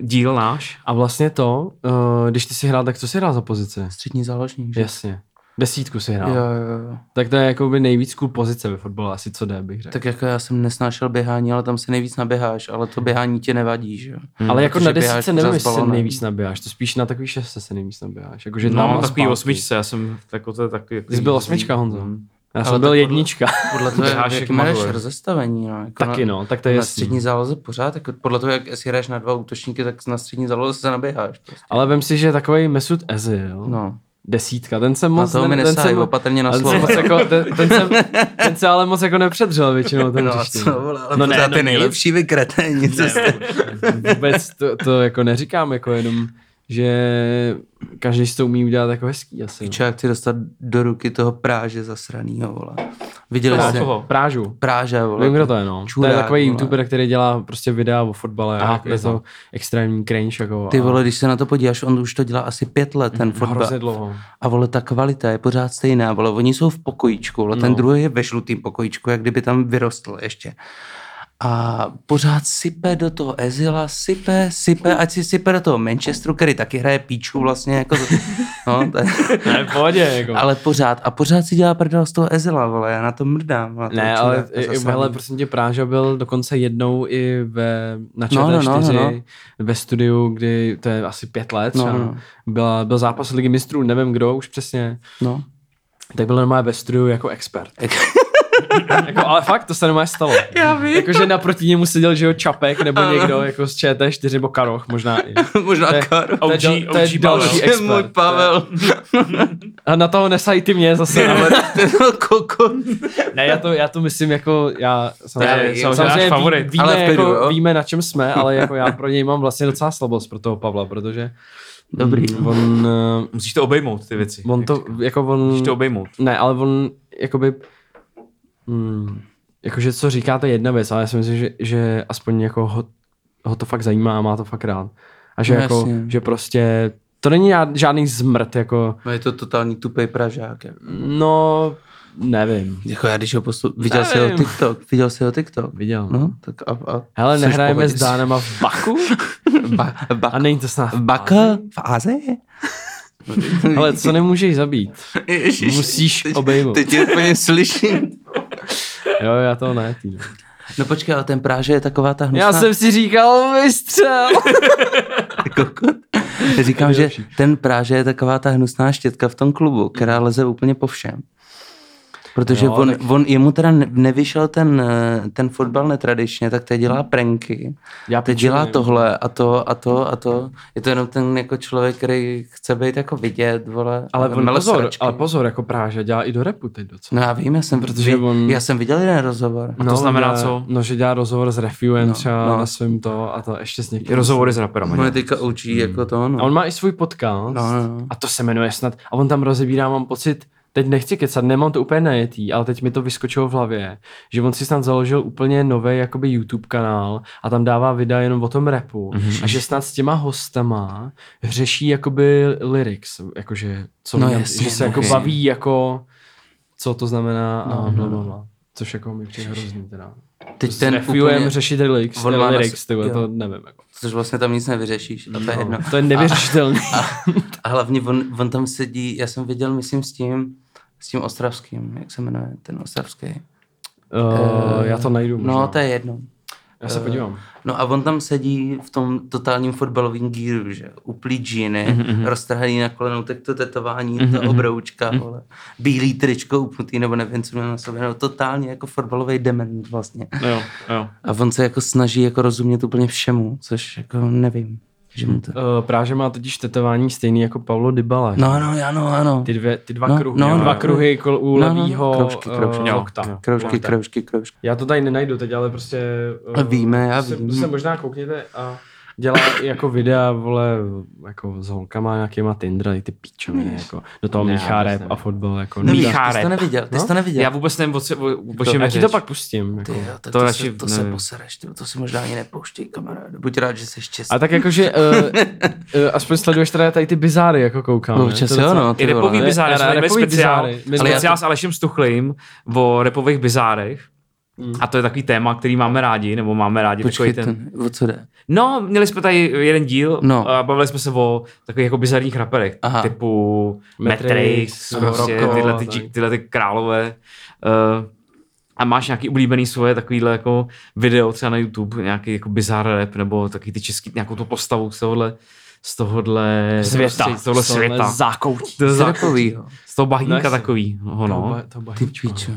S1: díl náš.
S2: A vlastně to, eh, když ty si hrál, tak co si hrál za pozici?
S4: Střední záložník, že?
S2: Jasně. no. Desítku si hrál.
S4: Jo, jo, jo.
S2: Tak to je jakoby nejvíc cool pozice ve fotbale, asi co jde, bych řekl.
S4: Tak jako já jsem nesnášel běhání, ale tam se nejvíc naběháš, ale to běhání tě nevadí, že jo?
S2: Ale jako
S4: Protože
S2: na
S4: běháš
S2: desítce
S4: pořád
S2: nevím,
S4: s
S2: jestli se
S4: balonem.
S2: nejvíc nabíjáš, to spíš na takový šestce se nejvíc nabíjáš. Jakože
S1: No,
S2: tam a
S1: takový
S2: zpátky.
S1: osmičce, já jsem, jako to je takový...
S2: Ty jsi byl osmička, Honzo. Já
S4: hmm. Ale
S2: jsem byl
S4: tak podle-
S2: jednička.
S4: Podle toho,
S1: Běháš
S4: jak,
S1: jak
S4: jak máš
S1: magor.
S4: rozestavení, no. Jako
S2: Taky
S4: na,
S2: no, tak to je
S4: na
S2: jasný.
S4: střední záloze pořád, jako podle toho, jak si hraješ na dva útočníky, tak na střední záloze se naběháš. Prostě.
S2: Ale vem si, že takový Mesut Ezil,
S4: No,
S2: desítka, ten jsem
S4: na
S2: moc...
S4: toho mi
S2: ne- ten
S4: nesahaj,
S2: jsem,
S4: opatrně na
S2: ale ten, jsem
S4: slovo.
S2: moc jako, ten, ten, jsem, ten se ale moc jako nepředřel většinou ten
S4: No, a
S2: hřiště.
S4: co, vole, ale
S2: No
S4: no,
S2: ne,
S4: pořád
S2: no
S4: ty
S2: nic.
S4: nejlepší vykreté, nic jste.
S2: Vůbec to, to jako neříkám, jako jenom, že každý si to umí udělat jako hezký asi. no.
S4: Čo, jak chci dostat do ruky toho práže zasranýho, vole. Viděli
S1: No,
S4: jste?
S1: koho?
S2: Prážu.
S4: Práže, vole.
S2: Vím, kdo to je, no. Čurák, to
S4: Čurák,
S2: je takový
S4: vole.
S2: youtuber, který dělá prostě videa o fotbale a
S1: Aha,
S2: jako je to
S1: neznám.
S2: extrémní cringe. Jako,
S4: Ty
S2: a
S4: vole, když se na to podíváš, on už to dělá asi pět let, ten fotbal.
S2: Hrozně dlouho.
S4: A vole, ta kvalita je pořád stejná, vole, oni jsou v pokojíčku, vole, ten druhý je ve žlutým pokojíčku, jak kdyby tam vyrostl ještě. A pořád sype do toho Ezila, sype, sype, ať si sype do toho Manchesteru, který taky hraje píču vlastně, jako to, no, to,
S2: Ne, v pohodě, jako.
S4: ale pořád, a pořád si dělá prdel z toho Ezila, vole, já na to mrdám. Na toho
S2: ne,
S4: čuráka
S2: ale,
S4: za
S2: i-
S4: sraný.
S2: hele, prosím tě, Práža byl dokonce jednou i ve, na
S4: No, no,
S2: ČT4,
S4: no, no, no.
S2: ve studiu, kdy, to je asi pět let,
S4: No,
S2: třeba,
S4: no.
S2: Byla, byl zápas ligy mistrů, nevím kdo už přesně,
S4: No.
S2: tak byl normálně ve studiu jako expert. jako, ale fakt, to se normálně stalo. Já vím. Jakože naproti němu seděl, že jo, Čapek, nebo někdo jako z ČT4, nebo Karoch možná i.
S4: Možná
S2: To je-
S4: Karo.
S2: To je,
S1: OG
S2: dal- to je
S1: OG Pavel.
S2: další
S1: Můj
S2: expert.
S4: Můj Pavel.
S2: A na toho nesají ty mě zase.
S4: Ale ten kokot.
S2: Ne, já to, já to myslím jako, já samozřejmě,
S4: je- samozřejmě
S1: náš favorit.
S2: víme,
S4: Ale v klidu, jo?
S2: jako, víme, na čem jsme, ale jako já pro něj mám vlastně docela slabost pro toho Pavla, protože
S4: Dobrý.
S2: on, eh,
S1: Musíš to obejmout, ty věci.
S2: on to, jako on,
S1: Musíš to obejmout.
S2: ne, ale on, jakoby, hmm, jakože co říkáte jedna věc, ale já si myslím, že, že aspoň jako ho, ho to fakt zajímá a má to fakt rád. A že
S4: No
S2: jako,
S4: jasně.
S2: že prostě, to není žádný zmrt, jako,
S4: No je to totální tupej pražák. Jako.
S2: No, Nevím.
S4: Jako já, když ho postup... Viděl jsi jeho
S2: Nevím.
S4: TikTok? Viděl jsi jeho TikTok?
S2: Viděl. No.
S4: No, tak a... a
S2: Hele,
S4: jsi v
S2: nehrajeme
S4: pohodě.
S2: s Dánama v Baku?
S4: Ba, ba,
S2: A není to snad.
S4: v Baka? V Azii?
S2: Ale co nemůžeš zabít?
S4: Ježiš,
S2: Musíš
S4: teď-
S2: obejmout.
S4: Teď tě úplně slyším.
S2: Jo, já to ne. Týdne.
S4: No počkej, ale ten Práže je taková ta hnusná...
S2: Já jsem si říkal vystřel.
S4: kokot. Říkám, že ten Práže je taková ta hnusná štětka v tom klubu, která leze úplně po všem. Protože
S2: Jo,
S4: jo, on,
S2: tak-
S4: on, jemu teda ne- nevyšel ten, eh, ten fotbal netradičně, tak teď dělá pranky.
S2: Já
S4: teď
S2: piču,
S4: dělá
S2: nevím.
S4: tohle a to a to a to. Je to jenom ten jako člověk, který chce být jako vidět, vole.
S2: Ale, on,
S4: mele
S2: pozor,
S4: sračky.
S2: ale pozor, jako Práža dělá i do repu teď docela.
S4: No já vím, já jsem,
S2: Protože
S4: Protože
S2: on-
S4: já jsem viděl jeden rozhovor.
S1: to znamená
S2: dělá,
S1: co?
S2: No, že dělá rozhovor s Refuem no,
S4: No,
S2: třeba no.
S4: no.
S2: na svém to a to ještě s někým.
S1: Rozhovory s raperama.
S4: On je
S1: dělá.
S4: teďka OG, jako to ono.
S2: A on má i svůj podcast
S4: No, no, no.
S2: a to se jmenuje snad. A on tam rozebírá, mám pocit, teď nechci kecat, nemám to úplně najetý, ale teď mi to vyskočilo v hlavě, že on si snad založil úplně nový jakoby YouTube kanál a tam dává videa jenom o tom repu a že snad s těma hostama řeší jakoby lyrics, jakože co
S4: No
S2: mě-
S4: jasně,
S2: že se
S4: no
S2: jako
S4: jasně.
S2: baví jako co to znamená a no, bla, bla, bla. Což jako mi přijde hrozný teda.
S4: Teď
S2: S
S4: ten
S2: refujem
S4: úplně,
S2: řešit lyrics,
S4: on má na
S2: lyrics
S4: s-
S2: ty vole,
S4: jo.
S2: to nevím. Jako.
S4: což vlastně tam nic nevyřešíš. A to je jedno.
S2: No, to je nevyřešitelný.
S4: A hlavně on, on tam sedí, já jsem viděl, myslím, s tím, s tím ostravským, jak se jmenuje ten ostravský.
S2: Uh, já to najdu možná.
S4: Eh, No, to je jedno.
S2: Já se podívám.
S4: No a on tam sedí v tom totálním fotbalovém gíru, že uplý džíny,
S2: Mhm,
S4: mm-hmm. roztrhaný na kolenou, tak to tetování, mm-hmm. ta obroučka,
S2: Mhm.
S4: mm-hmm. vole, bílý tričko upnutý, nebo nevím, co měl na sobě, no, totálně jako fotbalový dement vlastně.
S1: No Jo, jo.
S4: A on se jako snaží jako rozumět úplně všemu, což jako nevím, že mu to...
S2: Uh, Práže má totiž tetování stejný jako Pavlo Dybala.
S4: No, no, ano, ano.
S2: Ty, dvě, ty dva no,
S4: No,
S2: kruhy.
S4: no,
S2: No,
S4: no.
S2: dva kruhy kol, u
S4: No, no,
S2: levýho
S4: kroužky, kroužky. No,
S2: eh,
S1: Jo,
S2: lokta.
S1: jo.
S4: Kroužky, kroužky, kroužky.
S2: Já to tady nenajdu teď, ale prostě... eh,
S4: Víme, já
S2: se,
S4: vím.
S2: se možná koukněte a dělá jako videa, vole, jako s holkama nějakýma Tindra, ty pičoviny, jako do toho
S1: Ne,
S2: míchá
S1: vůbec
S2: rap
S1: nevím.
S2: a fotbal, jako...
S4: No,
S1: Nevím.
S2: Míchá-
S1: Míchá
S4: Ty jsi to
S1: rap.
S4: neviděl, ty jsi
S2: No.
S4: to neviděl.
S1: Já vůbec nevím, o co- o- o čem
S2: Já
S1: je
S2: ti to
S1: řeč.
S2: pak pustím. Jako.
S4: Ty jo, tak
S1: To
S4: to, to,
S1: radši
S4: se, to se
S1: nevím.
S4: posereš, ty, to si možná ani nepouštěj, kamaráde. Buď rád, že jsi čestný.
S2: A tak jakože, uh, uh, aspoň sleduješ teda tady ty bizáry, jako koukám.
S4: No,
S2: ne?
S4: občas
S2: To
S4: jo,
S2: docela-
S4: no, ty
S1: I repový
S2: vole.
S4: vole.
S1: bizáry,
S2: Ne,
S1: jsme
S2: ne,
S1: měli
S2: repový
S1: speciál,
S2: bizáry. My
S1: ale
S4: jsme-
S1: speciál s Alešem Stuchlim o repových bizárech.
S2: Mm.
S1: A to je takový téma, který máme rádi, nebo máme rádi
S4: Počkej,
S1: takový ten...
S4: ten, o co jde?
S1: No, měli jsme tady jeden díl
S4: No.
S1: a bavili jsme se o takových jako bizarních raperech,
S4: Aha.
S1: typu
S2: Matrix,
S1: Matrix,
S2: nebo
S1: prostě,
S2: Rocco,
S1: tyhle, ty,
S2: tak.
S1: ti- tyhle ty králové. Uh, a máš nějaký oblíbený svoje takovýhle jako video třeba na YouTube, nějaký jako bizarr rap, nebo taky ty český, nějakou tu postavu z tohohle, z tohohle
S2: Světa.
S1: z tohohle
S2: Z tohohle
S1: světa.
S2: zákoutí.
S1: To je
S4: Z
S1: za-
S4: repovýho.
S1: z toho bahínka
S2: Nice.
S1: nice. takový. Ho,
S2: No To
S1: no.
S2: ba- to
S4: Ty
S2: bahníčko.
S4: pičo.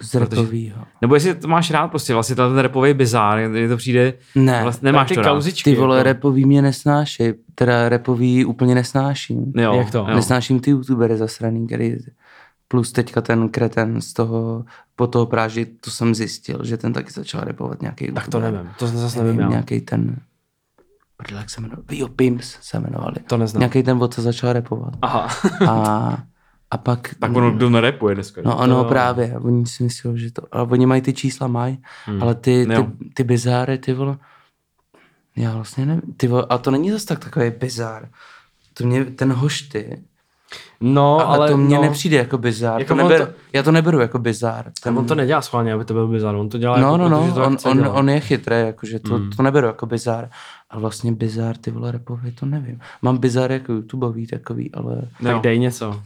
S4: Z repovýho.
S1: Nebo jestli to máš rád prostě, vlastně tenhle ten repový bizár, mně to přijde,
S4: Ne.
S1: vlastně nemáš
S2: ty
S1: to rád.
S2: kauzičky,
S4: Ty vole,
S2: jako.
S4: repový mě nesnáší. Teda repový úplně nesnáším.
S1: Jo,
S2: Jak to?
S1: Jo.
S4: Nesnáším ty youtubery zasraný, který plus teďka ten kreten z toho, po toho práži, to jsem zjistil, že ten taky začal repovat nějaký
S2: Tak to nevím, to zase nevím já.
S4: Nějaký ten, prdele, jak se jmenoval, jo, Pims se jmenovali.
S2: To neznám.
S4: Nějaký ten, od co začal repovat.
S2: Aha.
S4: A, a pak...
S1: Tak ono kdo nerepuje dneska.
S4: No ano, to... právě, oni si myslí, že to... Ale oni mají ty čísla, mají, hmm. ale ty,
S1: Jo.
S4: ty, ty bizáry, ty vole... Já vlastně nevím, ty vole, a to není zase tak takový bizár. To mě, ten hošty,
S2: No,
S4: ale, ale to mně
S2: no,
S4: nepřijde jako bizár.
S2: Jako
S4: Jako to
S2: on
S4: neberu,
S2: to-
S4: to... Já to neberu jako bizár. Ten...
S2: On to nedělá schválně, aby to byl bizar, on to dělá
S4: No,
S2: jako,
S4: no,
S2: protože
S4: no,
S2: to tak
S4: on,
S2: chce
S4: on,
S2: dělat. Hmm.
S4: on je chytrý, jakože to, to neberu jako bizár. A vlastně bizár, ty vole repově, to nevím. Mám bizár jako YouTubeový takový, ale
S2: Tak
S1: Jo.
S2: dej něco.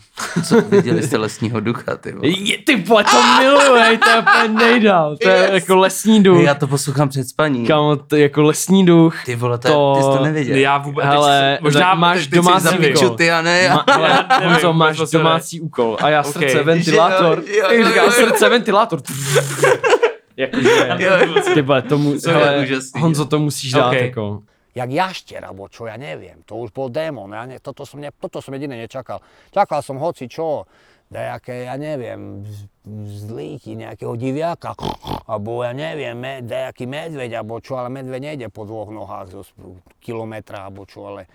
S4: co viděli jste lesního ducha, ty vole.
S2: Je, ty vole, to miluju, hej, to je úplně nejdál. To je jako lesní duch.
S4: Hej, Já to poslouchám před spaní.
S2: Kámo, to je jako lesní duch.
S4: Ty vole, to,
S2: To-
S4: to... ty jsi to nevěděl.
S1: Já vůbec,
S2: Hele,
S1: teď se- možná
S2: tak máš
S1: teď- teď
S2: domácí
S1: jsem
S2: víko.
S1: zapíču.
S4: Piču, ty a ne, já.
S2: Ma, ale
S1: Já nevím,
S2: Honzo, máš
S1: to se ne.
S2: domácí úkol. A já srdce,
S1: Okej.
S2: ventilátor.
S4: Jo, jo,
S2: Ty
S4: jo,
S2: říkáš,
S4: jo.
S2: srdce, ventilátor. Jakože, ty vole, tomu,
S4: je
S2: hele,
S4: úžasný.
S2: Honzo, to musíš dát,
S1: Okej.
S2: jako.
S5: jak jašter, alebo čo, ja neviem, to už bol démon, ja ne, toto, som ne, toto som jediné nečakal. Čakal som hoci čo, nejaké, ja neviem, z- zlíky, nejakého diviaka, alebo ja neviem, me, nejaký medveď, alebo čo, ale medveď nejde po dvoch nohách zo sp- kilometra, alebo čo, ale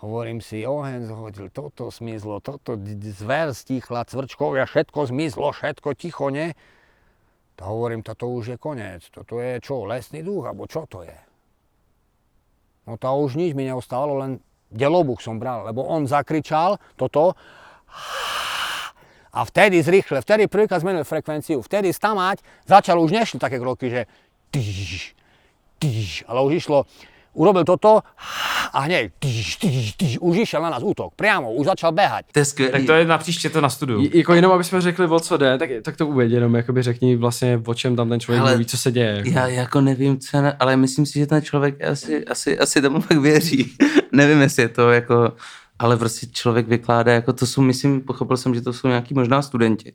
S5: hovorím si, oheň zhodil, toto zmizlo, toto d- d- zver stichla, cvrčkovia, všetko zmizlo, všetko ticho, ne? To hovorím, toto už je koniec, toto je čo, lesný duch, alebo čo to je? No to už nič mi neostalo, len delobuch som bral, lebo on zakričal toto A vtedy zrýchle, vtedy prvýkrát zmenil frekvenciu, vtedy stamať začal už nešli také kroky, že tyž, tyž, ale už išlo, urobil toto a hneď tyž, tyž, tyž, už išiel na nás útok, priamo, už začal behať.
S4: To je
S1: Tak
S4: skvělý.
S1: to je na příště to na studiu.
S2: J- jako jenom, aby jsme řekli, o co jde, tak, tak to uvěď jenom, jakoby řekni vlastně, o čem tam ten člověk
S4: Hele,
S2: mluví, co se děje.
S4: Já jako nevím, co je na, ale myslím si, že ten člověk asi, asi, asi tomu fakt věří. nevím, jestli je to jako, ale prostě člověk vykládá, jako to jsou, myslím, pochopil jsem, že to jsou nějaký možná studenti,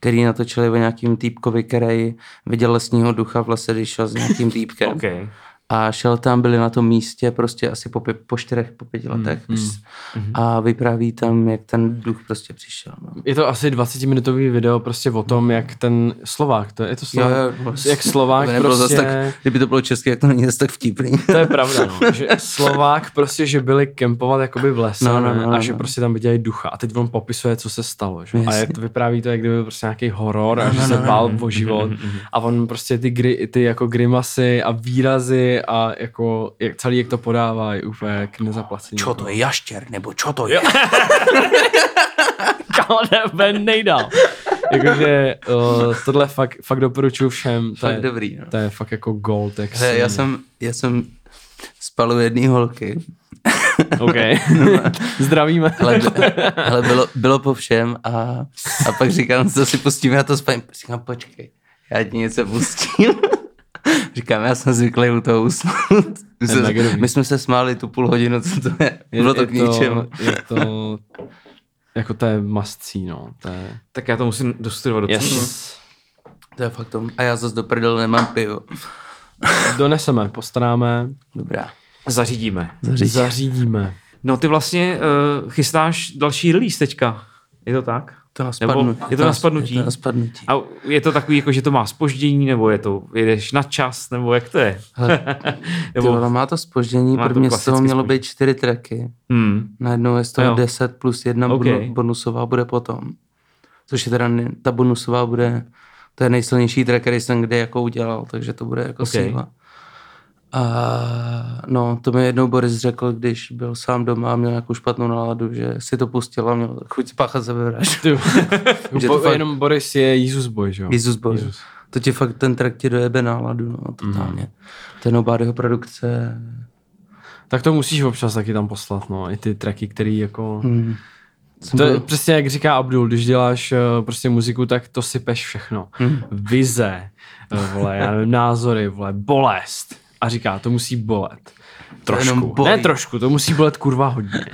S4: který natočili o nějakým týpkovi, který viděl lesního ducha v lese, když šel s nějakým týpkem.
S1: OK.
S4: A šel tam, byli na tom místě prostě asi po, pě- po čtyřech, po
S2: Mm,
S4: pěti letech.
S2: mhm.
S4: A vypráví tam, jak ten duch prostě přišel. No.
S2: Je to asi 20-minutový video prostě o tom, jak ten Slovák, to je to
S4: Jo,
S2: Slovák,
S4: jo,
S2: jak Slovák
S4: to nebylo
S2: prostě...
S4: zas tak, kdyby to bylo česky, jak to není zase tak vtipný.
S2: To je pravda, no. že Slovák prostě, že byli kempovat jakoby v lese no, no, no, a že no. prostě tam viděli ducha a teď on popisuje, co se stalo, že? A
S4: Jasně. No,
S2: jak to vypráví to, jak kdyby byl prostě nějaký horor a že se bál o život
S4: Mhm,
S2: a on prostě ty, gry, ty jako grimasy a výrazy a jako jak celý, jak to podává, je úplně k nezaplacení. no.
S4: Čo to je jaštěr, nebo čo to je?
S2: Kámo, ne, Ben nejdál. Jakože uh, tohle fakt, fakt doporučuji všem. To je,
S4: Fakt dobrý, no.
S2: to je fakt jako gold. Jak
S4: Hele, já
S2: si-
S4: jsem, já jsem spal u jedné holky,
S2: OK. Zdravíme.
S4: ale, ale bylo, bylo po všem a, a pak říkám, co si pustíme, já to spím. Říkám, počkej, já ti něco pustím. Říkám, já jsem zvyklý u toho usnout. My,
S2: To je
S4: jsme,
S2: legendový.
S4: my jsme se smáli tu půl hodinu, co to je. Bylo to k ničemu.
S2: To, je to, jako to je must see, no. To je,
S1: Tak já to musím dostudovat do příště.
S2: yes.
S4: To je fakt tom. A já zase do prdele nemám pivo.
S2: Doneseme, postaráme,
S4: Dobrá.
S1: Zařídíme.
S2: Zařídí. zařídíme.
S1: No ty vlastně uh, chystáš další release teďka. Je to tak?
S4: To na
S1: Nebo
S4: spadnutí.
S1: je to na spadnutí?
S4: Je to na spadnutí.
S1: A je to takový, jako, že to má spoždění, nebo je to, jedeš na čas, nebo jak to je?
S4: Hele, Ty
S1: nebo,
S4: vole, má to spoždění,
S1: Má to
S4: prvně z toho
S1: klasicky
S4: mělo
S1: zpoždění.
S4: být čtyři tracky.
S1: hmm,
S4: Najednou je z
S1: Jo.
S4: toho 10 plus jedna
S1: OK.
S4: okay. bonusová bude potom. Což je teda, ne- ta bonusová bude, to je nejsilnější track, který jsem kdy jako udělal, takže to bude jako
S1: OK.
S4: síla. A no, to mi jednou Boris řekl, když byl sám doma a měl nějakou špatnou náladu, že si to pustil a měl chuť spáchat sebevraždu.
S2: Ty,
S4: Že
S2: bo,
S4: to fakt-
S2: jenom Boris je Jesus boy, že jo?
S4: Jezus Boris. To ti fakt ten track ti dojebe náladu, no, totálně. Mm. Ten Obadyho produkce,
S2: Tak to musíš občas taky tam poslat, no. I ty tracky, který jako...
S4: hm,
S2: To je
S4: byl-
S2: přesně jak říká Abdul, když děláš eh, prostě muziku, tak to sypeš všechno.
S4: Hmm.
S2: Vize, eh, vole, já nevím, názory, vole, bolest. A říká, to musí bolet.
S4: jenom
S2: Trošku.
S4: bolí.
S2: Ne trošku, to musí bolet kurva hodně.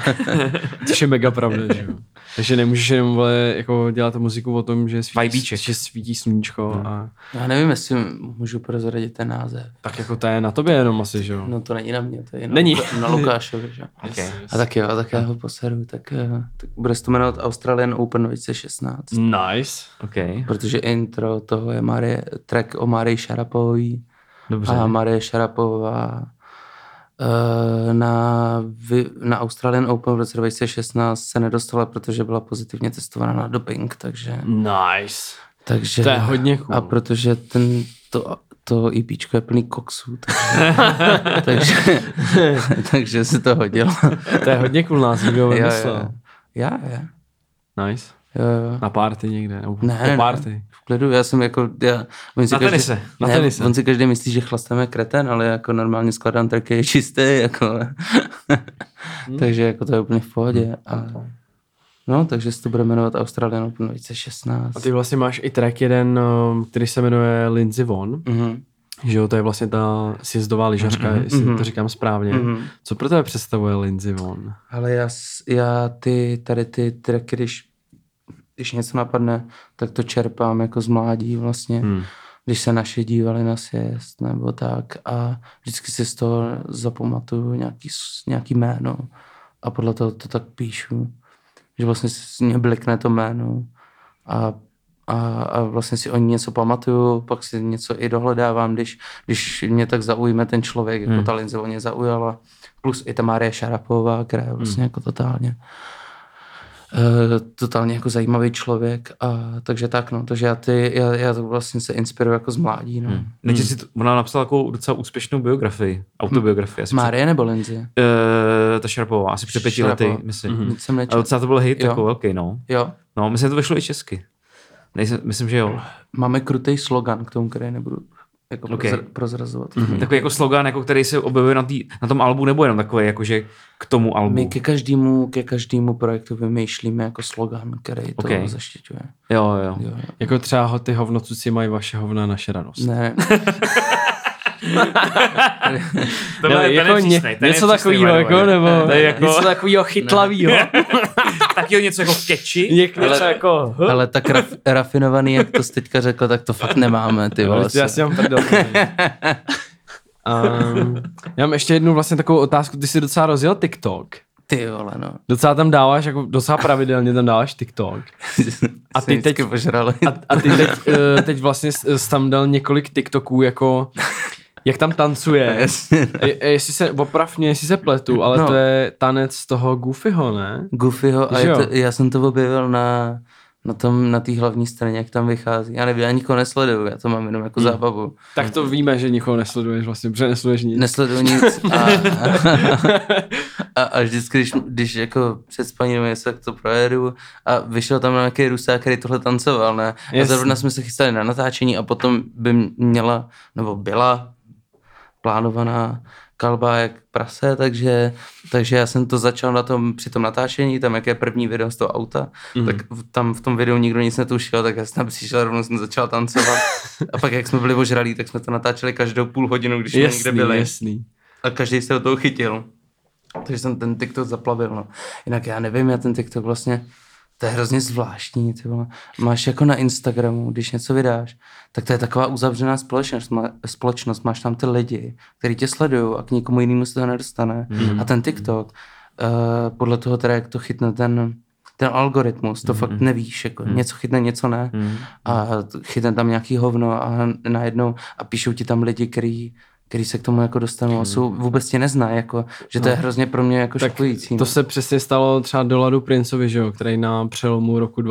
S2: Což je mega pravda, že jo. Takže nemůžeš jenom vole, jako dělat muziku o tom, že svítí,
S1: Vibíček.
S2: že svítí sluníčko
S4: Hmm.
S2: a
S4: já nevím, jestli můžu prozradit ten název.
S2: tak jako to je na tobě jenom asi, že jo.
S4: No to není na mě, to je na,
S2: Není.
S4: Luka- na Lukášovi, že?
S1: okay.
S4: A tak jo, a tak já ho poseru, tak, eh, tak bude se to jmenovat Australian Open 2016. Mm.
S2: Nice.
S1: OK,
S4: Protože intro toho je Marie, track o Marii Šarapový
S1: dobře.
S4: a Marie Šarapová eh, na, vy- na Australian Open v roce 2016 se nedostala, protože byla pozitivně testovaná na doping, takže...
S2: Nice.
S4: takže
S2: To je hodně cool.
S4: A protože ten, to, to IPčko je plný koksů, takže, takže, takže se to hodilo.
S2: To je hodně cool nás, kdo
S4: Jo,
S2: vymyslel.
S4: jo. Já, já.
S2: Nice.
S4: Jo, jo.
S2: Na party někde, nebo
S4: Ne,
S2: po
S4: ne,
S2: party.
S4: ne. V klidu, já jsem jako... Já, on si
S1: Na tenise,
S2: na
S4: ne,
S2: tenise.
S4: On si každý myslí, že chlastáme je kreten, ale jako normálně skladám tracky je čistý, jako.
S2: Hmm.
S4: takže jako to je úplně v pohodě. A, no, takže se to bude jmenovat Australian Open 2016.
S2: A ty vlastně máš i track jeden, ehm, který se jmenuje Lindsey Von,
S4: Mhm.
S2: že jo, to je vlastně ta sjezdová lyžařka,
S1: Mhm,
S2: jestli to říkám správně. Co pro tebe představuje Lindsey Von?
S4: Ale já, s- já ty, tady ty tracky, když, když něco napadne, tak to čerpám jako z mládí vlastně.
S2: Hmm.
S4: Když se naše dívali na sjezd nebo tak a vždycky si z toho zapamatuju nějaký, s- nějaký jméno a podle toho to tak píšu. Že vlastně s- mě blikne to jméno a, a, a vlastně si o ní něco pamatuju, pak si něco i dohledávám, když, když mě tak zaujme ten člověk, jako ta Linze o mě zaujala. Plus i ta Marie Šarapová, která je vlastně jako totálně eh, totálně jako zajímavý člověk a takže tak, no, takže já ty, já, já to vlastně se inspiruju jako z mládí, no. Hmm.
S1: Nečetl si to, ona napsala takovou docela úspěšnou biografii, autobiografii. Asi před,
S4: Márie nebo Lindsay?
S1: eh, ta Šarpová, asi před pěti
S4: Šarapová.
S1: lety, myslím.
S4: Nic jsem
S1: A
S4: nečetl.
S1: docela to byl hit,
S4: Mhm. Jo.
S1: jako velký, no.
S4: Jo,
S1: No, myslím, že to vyšlo i česky. Nejsem, myslím, že jo.
S4: máme krutý slogan k tomu, který nebudu jako
S1: Okej.
S4: okay. prozra- prozrazovat.
S1: Takový jako slogan, jako který se objevuje na, tý, na tom albu, nebo jenom takový, jakože k tomu albu.
S4: My ke každému, ke každému projektu vymýšlíme jako slogan, který to
S1: Okej.
S4: okay. zaštiťuje.
S1: Jo, jo. jo.
S4: Jo, jo.
S2: Jako třeba ho, ty hovnocuci mají vaše hovna naše radost.
S4: Ne,
S1: To je,
S2: jako
S1: jako
S2: ně- něco takového, jako, nebo
S1: To je jako,
S2: něco takového chytlavého.
S1: tak jo, něco jako keči.
S2: Něco jako...
S4: ale tak raf, rafinovaný, jak to jsi teďka řekl, tak to fakt nemáme, ty vole.
S2: Prostě
S1: vlastně.
S2: Já si mám prdel. um, já mám ještě jednu vlastně takovou otázku. Ty jsi docela rozjel TikTok.
S4: Ty vole, no.
S2: Docela tam dáváš, jako docela pravidelně tam dáváš TikTok.
S4: A
S2: ty teď-
S4: požrali.
S2: A, a ty teď, eh, teď vlastně s- s tam dal několik TikToků, jako jak tam tancuje.
S4: Jasně.
S2: Je- je- Jestli se, oprav mě, jestli se pletu, ale
S4: No.
S2: to je tanec z toho Goofyho, ne?
S4: Goofyho a
S2: Že
S4: je
S2: jo?
S4: to, já jsem to objevil na, na tom, na té hlavní straně, jak tam vychází. Já nevím, já nikoho nesleduju, já to mám jenom
S2: Hmm.
S4: jako zábavu.
S2: Tak to víme, že nikoho nesleduješ vlastně, protože nesleduješ nic.
S4: Nesleduju nic a, a, a, a vždycky, když, když jako před spaním něco, tak to projedu a vyšel tam nějaký rusák, který tohle tancoval, ne? A
S2: Jasně.
S4: zrovna jsme se chystali na natáčení a potom by měla, nebo byla plánovaná kalba jak prase, takže, takže já jsem to začal na tom, při tom natáčení, tam jak je první video z toho auta, mm. tak v, tam v tom videu nikdo nic netušil, tak já jsem tam přišel, rovnou jsem začal tancovat a pak jak jsme byli ožralí, tak jsme to natáčeli každou půl hodinu, když jsme někde
S2: Jasný,
S4: byli
S2: jasný.
S4: a každý se do toho chytil. Takže jsem ten TikTok zaplavil. No. Jinak já nevím, já ten TikTok vlastně, to je hrozně zvláštní. Ty vole. Máš jako na Instagramu, když něco vydáš, tak to je taková uzavřená společnost. Má, společnost. Máš tam ty lidi, kteří tě sledují a k nikomu jinému se to nedostane. Mm. A ten TikTok, uh, podle toho teda, jak to chytne ten ten algoritmus, to mm-hmm. fakt nevíš, jako mm. něco chytne, něco ne mm. a t- chytne tam nějaký hovno a najednou a píšou ti tam lidi, který, který se k tomu jako dostanou a jsou, vůbec tě nezná, jako, že to je hrozně pro mě jako
S2: No. Tak
S4: šokující.
S2: To se přesně stalo třeba Doladu Princovi, že jo, který na přelomu roku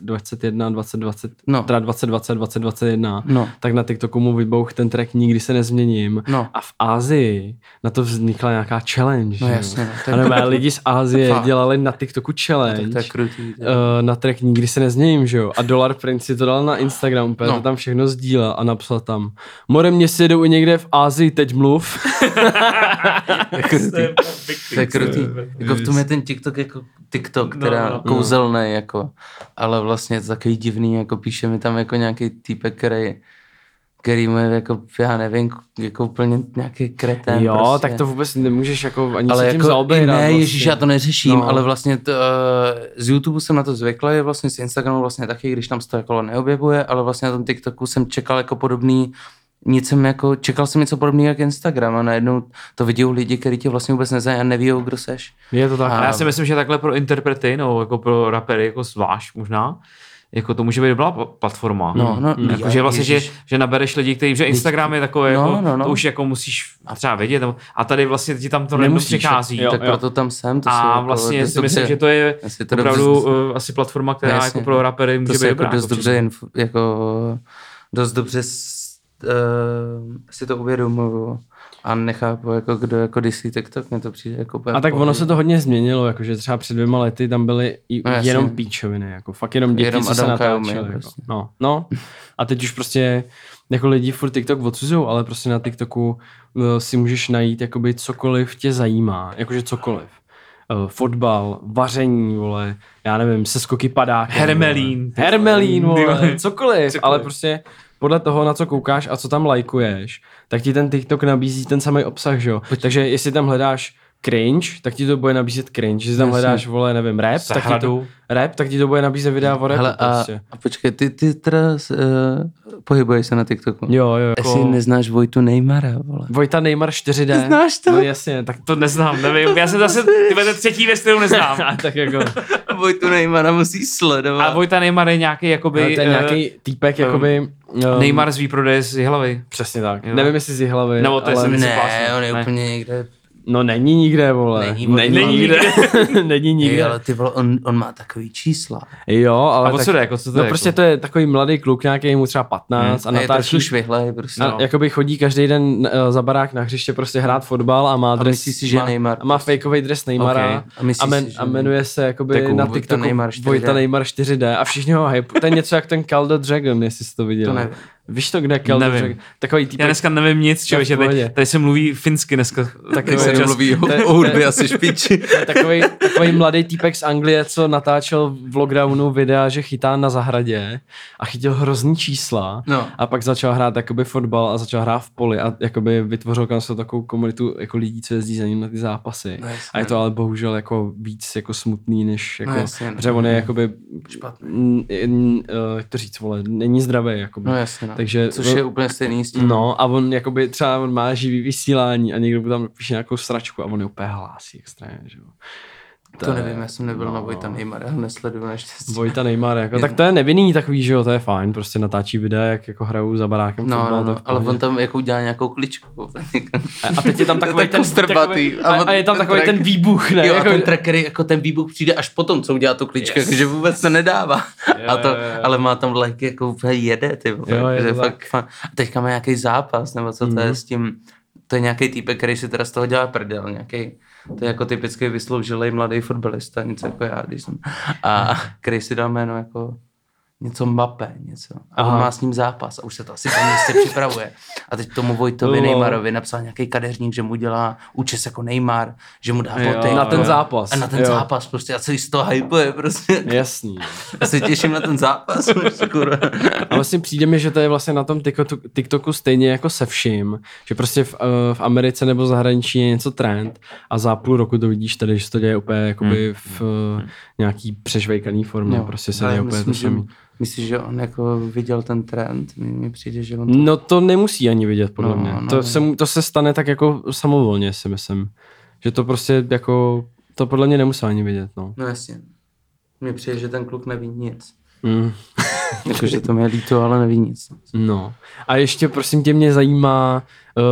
S2: 2021, 2020,
S4: No.
S2: teda 2020, 2021,
S4: No.
S2: tak na TikToku mu vybouch ten track Nikdy se nezměním.
S4: No.
S2: A v Ázii na to vznikla nějaká challenge.
S4: No
S2: že jo.
S4: jasně, no, to
S2: A
S4: je
S2: nebo
S4: krutý.
S2: lidi z Ázie
S4: Fakt. No,
S2: dělali na TikToku challenge.
S4: tak to je krutý. ty.
S2: eh, na track Nikdy se nezměním, že jo? A Dollar Prince si to dal na Instagram, úplně
S4: No.
S2: to tam všechno sdílel a napsal tam More mě si jedou i někde v Ázii, teď mluv.
S4: To je krutý. Jako v tom je ten TikTok jako TikTok, teda no, no, kouzelný, no. jako. Ale vlastně je to takový divný, jako píše mi tam jako nějaký týpek, který který mu je jako, já nevím, jako úplně nějaký kretén.
S2: jo,
S4: prostě.
S2: tak to vůbec nemůžeš jako ani ale se
S4: ale
S2: tím
S4: jako
S2: jako
S4: i ne,
S2: zaobírat.
S4: ježíš, já to neřeším,
S2: No.
S4: no. ale vlastně t, uh, z YouTube jsem na to zvyklý, vlastně z Instagramu vlastně taky, když tam se to jako neobjevuje, ale vlastně na tom TikToku jsem čekal jako podobný, nic jsem jako, čekal jsem něco podobného jak Instagram a najednou to vidí lidi, kteří tě vlastně vůbec neznají a neví, kdo seš.
S2: Je to tak.
S1: A já si myslím, že takhle pro interprety, nebo jako pro rapery, jako zvlášť možná, jako to může být dobrá pl- platforma.
S2: Hmm.
S4: No, no,
S1: jako,
S4: je-
S1: že vlastně, že,
S4: ježiš.
S1: že, nabereš lidi, kteří, že Instagram je takové,
S4: No,
S1: jako,
S4: no, no.
S1: to už jako musíš třeba vědět. nebo- A tady vlastně ti tam to random
S2: Nemusíš,
S1: přichází.
S2: jo.
S4: tak proto tam jsem. To jsou
S1: A
S4: jako-
S1: vlastně
S4: to
S1: si
S4: dobře-
S1: myslím, že to je
S4: jestli to dobře-
S1: opravdu eh, asi platforma, která
S4: No,
S1: jako
S4: jasně.
S1: pro rapery může
S4: to se
S1: být
S4: jako
S1: dobrá.
S4: dost
S1: určitě.
S4: dobře, inf- jako dost dobře s- eh, si to uvědomuju a nechápu, jako kdo jako disí TikTok, mně to přijde jako úplně
S2: A tak
S4: v
S2: ono
S4: pohodě.
S2: se to hodně změnilo, jakože třeba před dvěma lety tam byly i,
S4: No, jasně.
S2: jenom píčoviny, jako fakt jenom děti,
S4: Jenom
S2: co se
S4: Adam Kajumy,
S2: natáčely. Jako.
S4: prostě.
S2: No, no. A teď už prostě jako lidi furt TikTok odsuzují, ale prostě na TikToku eh, si můžeš najít jakoby cokoliv tě zajímá, jakože cokoliv. Eh, fotbal, vaření, vole, já nevím, seskoky padák.
S1: Hermelín.
S2: Vole. Hermelín,
S1: Ty vole.
S2: vole, cokoliv, cokoliv, ale prostě podle toho, na co koukáš a co tam lajkuješ, tak ti ten TikTok nabízí ten samý obsah, že jo? Takže jestli tam hledáš cringe, tak ti to bude nabízet cringe. Jestli tam hledáš, vole, nevím, rap, tak ti, to,
S1: Zahradu.
S2: rap tak ti to bude nabízet videa o rapu
S4: Hele,
S2: Hele,
S4: a,
S2: prostě.
S4: a počkej, ty, ty teda uh, pohybuješ se na TikToku.
S2: Jo, jo,
S4: Jestli
S2: jako...
S4: neznáš Vojtu Neymara, vole.
S2: Vojta Neymar 4D.
S4: Znáš to?
S2: No jasně, tak
S1: To neznám, nevím. Já jsem zase, ty vole, to je třetí věc, kterou neznám.
S2: a tak jako,
S4: Vojtu Neymara musí sledovat.
S1: A Vojta Neymar je nějaký, jakoby,
S2: ale to je nějaký týpek, jakoby...
S1: eh,
S2: um,
S1: Neymar z výprodeje z hlavy.
S2: Přesně tak.
S1: Jo.
S2: Nevím, jestli z hlavy,
S1: Nebo to je
S2: ale...
S1: jsem-
S4: ne,
S1: Pásně,
S4: on je
S1: ne.
S4: úplně někde
S2: No není nikde, vole.
S4: Není,
S2: není,
S4: vole.
S1: Není
S2: No, nikde. není nikde.
S4: Jej, ale ty vole, on, on má takový čísla.
S2: Jo, ale
S1: A o co jde, jako co to
S2: no
S1: je,
S2: prostě
S1: jako?
S2: to je takový mladý kluk, nějaký mu třeba 15 a
S4: Hmm. A je
S2: natáčí.
S4: trošku švihlej prostě.
S2: A
S4: No.
S2: jakoby chodí každý den eh, za barák na hřiště prostě hrát fotbal a má dres,
S4: myslí si, že
S2: má,
S4: Neymar
S2: a má
S4: prostě.
S2: fakeový dres Neymara
S1: Ok.
S4: A myslí
S2: a, men,
S4: si, že
S2: a jmenuje se jakoby
S4: Takovou
S2: na
S4: Vojta
S2: TikToku
S4: Neymar 4D.
S2: Vojta Neymar 4D a všichni ho hype. To je něco jak ten Caldo Dragon, jestli jsi to viděl.
S4: To nevím.
S2: Víš to, kde Caldo
S1: Nevím.
S2: Dragon? Takový týpek,
S1: Já dneska nevím nic, člověče, tady,
S2: pohodě.
S1: tady se mluví finsky dneska. Tak
S2: se
S4: mluví
S2: To je-
S4: o, o hudbě asi špiči.
S2: to je takový, takový mladý týpek z Anglie, co natáčel v lockdownu videa, že chytá na zahradě a chytil hrozný čísla.
S4: No.
S2: A pak začal hrát jakoby fotbal a začal hrát v poli a jakoby vytvořil kam se takovou komunitu jako lidí, co jezdí za ním na ty zápasy.
S4: No jasně.
S2: a je to ale bohužel jako víc jako smutný, než jako,
S4: No jasně, no.
S2: protože on je jakoby,
S4: Špatný.
S2: n, n, eh, jak to říct, vole, není zdravý. Jakoby.
S4: No jasně, no.
S2: Takže,
S4: Což je úplně stejný s tím.
S2: No a on jakoby třeba on má živý vysílání a někdo mu tam píše nějakou sračku a on je úplně hlásí extrémně, že jo.
S4: To nevím, já jsem nebyl na Vojta Neymara, já ho nesleduju naštěstí.
S2: Vojta Neymar, jako, tak to je nevinný takový, že jo, to je fajn, prostě natáčí videa, jak jako hrajou za barákem
S4: No,
S2: fotbal,
S4: no,
S2: to je v
S4: no, ale
S2: pohodě.
S4: on tam jako udělá nějakou kličku.
S2: A teď je tam takový
S4: tak
S2: ten,
S4: kostrbatý.
S2: takový,
S4: A
S2: a,
S4: on-
S2: a, je tam
S4: ten
S2: takový
S4: track-
S2: ten výbuch, ne?
S4: jo,
S2: jako,
S4: a ten trackery, jako ten výbuch přijde až potom, co udělá tu kličku, yes. že vůbec se nedává. a to,
S2: jo, jo.
S4: Ale má tam like, jako úplně jede, ty vole.
S2: Jo, je
S4: že
S2: to Mhm.
S4: fakt, fakt. A teďka má nějaký zápas, nebo co to je s tím, to je nějaký týpek, který si teda z toho dělá prdel, nějaký to je jako typický vysloužilej mladý fotbalista, něco jako já, když jsem. A který si dal jméno jako něco mape, něco. A on
S2: Aha.
S4: má s ním zápas a už se to asi tam měsíce připravuje. A teď tomu Vojtovi
S2: Lol.
S4: Neymarovi napsal nějaký kadeřník, že mu dělá účes jako Neymar, že mu dá boty.
S2: na ten zápas.
S4: A na ten
S2: jo.
S4: zápas prostě, já celý z toho hypuje prostě.
S2: Jasný. no.
S4: Já se těším na ten zápas, prostě, kurva.
S2: A vlastně přijde mi, že to je vlastně na tom TikToku, TikToku stejně jako se vším, že prostě v, eh, v Americe nebo zahraničí je něco trend a za půl roku to vidíš tady, že se to děje úplně jakoby v eh, nějaký přežvejkaný formě, prostě se
S4: Ale
S2: děje úplně to
S4: myslím,
S2: samý.
S4: že, myslím, že on jako viděl ten trend, mi, mi přijde, že on to...
S2: No to nemusí ani vidět, podle
S4: No,
S2: mě.
S4: no,
S2: to,
S4: no.
S2: se, mu- to se stane tak jako samovolně, si myslím. Že to prostě jako, to podle mě nemusel ani vidět, no.
S4: No jasně. Mně přijde, že ten kluk neví nic.
S2: Mm.
S4: Jakože to mi je líto, ale neví nic.
S2: No. A ještě prosím tě mě zajímá, uh,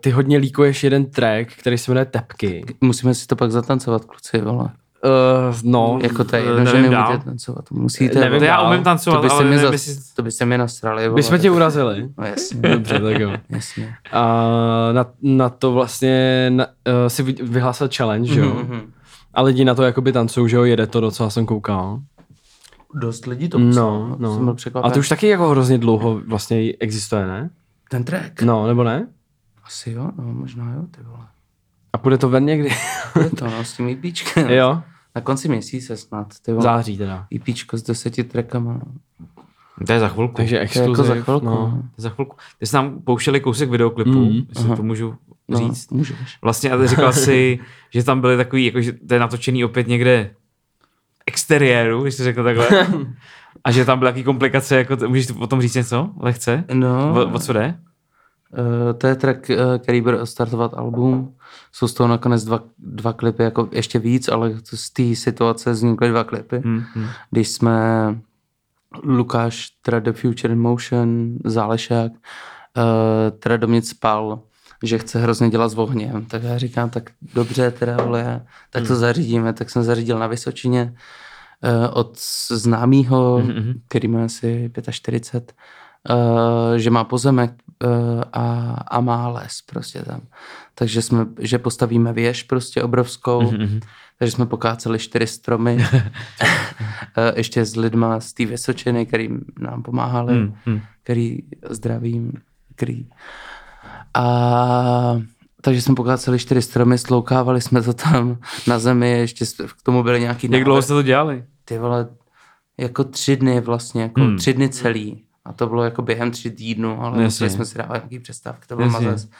S2: ty hodně líkuješ jeden track, který se jmenuje Tepky.
S4: Musíme si to pak zatancovat, kluci, vole.
S2: Uh, no,
S4: Jako to je
S1: Eh,
S4: jedno, že
S1: nevím
S4: nemůžete
S1: dál.
S4: tancovat. Musíte,
S2: Nevím
S4: vole.
S1: To já
S2: dál.
S1: umím
S4: to
S1: tancovat,
S4: by se
S1: ale
S4: mě,
S1: nevím,
S4: zas,
S1: jestli...
S4: to by se mě nasrali, vole.
S2: my jsme tě urazili.
S4: No jasně,
S2: Dobře, tak jo.
S4: jasně.
S2: A na, na to vlastně na, uh, si vy- vyhlásil challenge, že jo?
S4: Mhm.
S2: A lidi na to jakoby tancují, že jo? Jede to, docela jsem koukal.
S4: Dost lidí to psalo,
S2: No,
S4: jsem byl
S2: no.
S4: překvapen.
S2: A to už taky jako hrozně dlouho vlastně existuje, ne?
S4: Ten track?
S2: No, nebo ne?
S4: Asi jo, no, možná jo, ty vole.
S2: A půjde to ven někdy?
S4: Je to, no, s tím IPčkem.
S2: jo?
S4: Na konci měsíce snad, ty
S2: V
S4: vole.
S2: září teda.
S4: IPčko s deseti trackama, no.
S1: To je za chvilku.
S2: Takže
S4: To je jako
S2: exkluziv.
S4: za chvilku.
S2: No.
S4: No.
S1: To je za chvilku. Ty jsi nám pouštěli kousek videoklipu,
S2: Mhm.
S1: jestli to můžu
S4: No,
S1: říct.
S4: můžeš.
S1: Vlastně a ty říkal si, že tam byly takový, jako, že to je natočený opět někde exteriéru, když to řeknu takhle. A že tam byly takový komplikace, jako t- můžeš o tom říct něco lehce?
S4: No,
S1: O, o co jde?
S4: eh, to je track, eh, který bude startovat album. Jsou z toho nakonec dva, dva klipy, jako ještě víc, ale z té situace vznikly dva klipy.
S1: Hm, hm.
S4: Když jsme Lukáš, teda The Future in Motion, Zálešák, eh, teda do mě spal, že chce hrozně dělat s ohněm. Tak já říkám, tak dobře, teda vole, tak to zařídíme. Tak jsem zařídil na Vysočině eh, od známého, který má asi 45, eh, že má pozemek eh, a, a má les prostě tam. Takže jsme, že postavíme věž prostě obrovskou, takže jsme pokáceli čtyři stromy, Eh, ještě s lidma z té Vysočiny, který nám pomáhali,
S1: Hm, hm.
S4: který zdravím, který. A takže jsme pokáceli čtyři stromy, sloukávali jsme to tam na zemi, ještě s- k tomu byly nějaký
S1: Jak dlouho
S4: návrhy.
S1: jste to dělali?
S4: Ty vole, jako tři dny vlastně, jako
S1: Hmm.
S4: hmm. tři dny celý. A to bylo jako během tři týdnů, ale
S1: Jasně.
S4: museli jsme si dávat nějaký přestávky, to byl
S1: Jasně.
S4: mazec.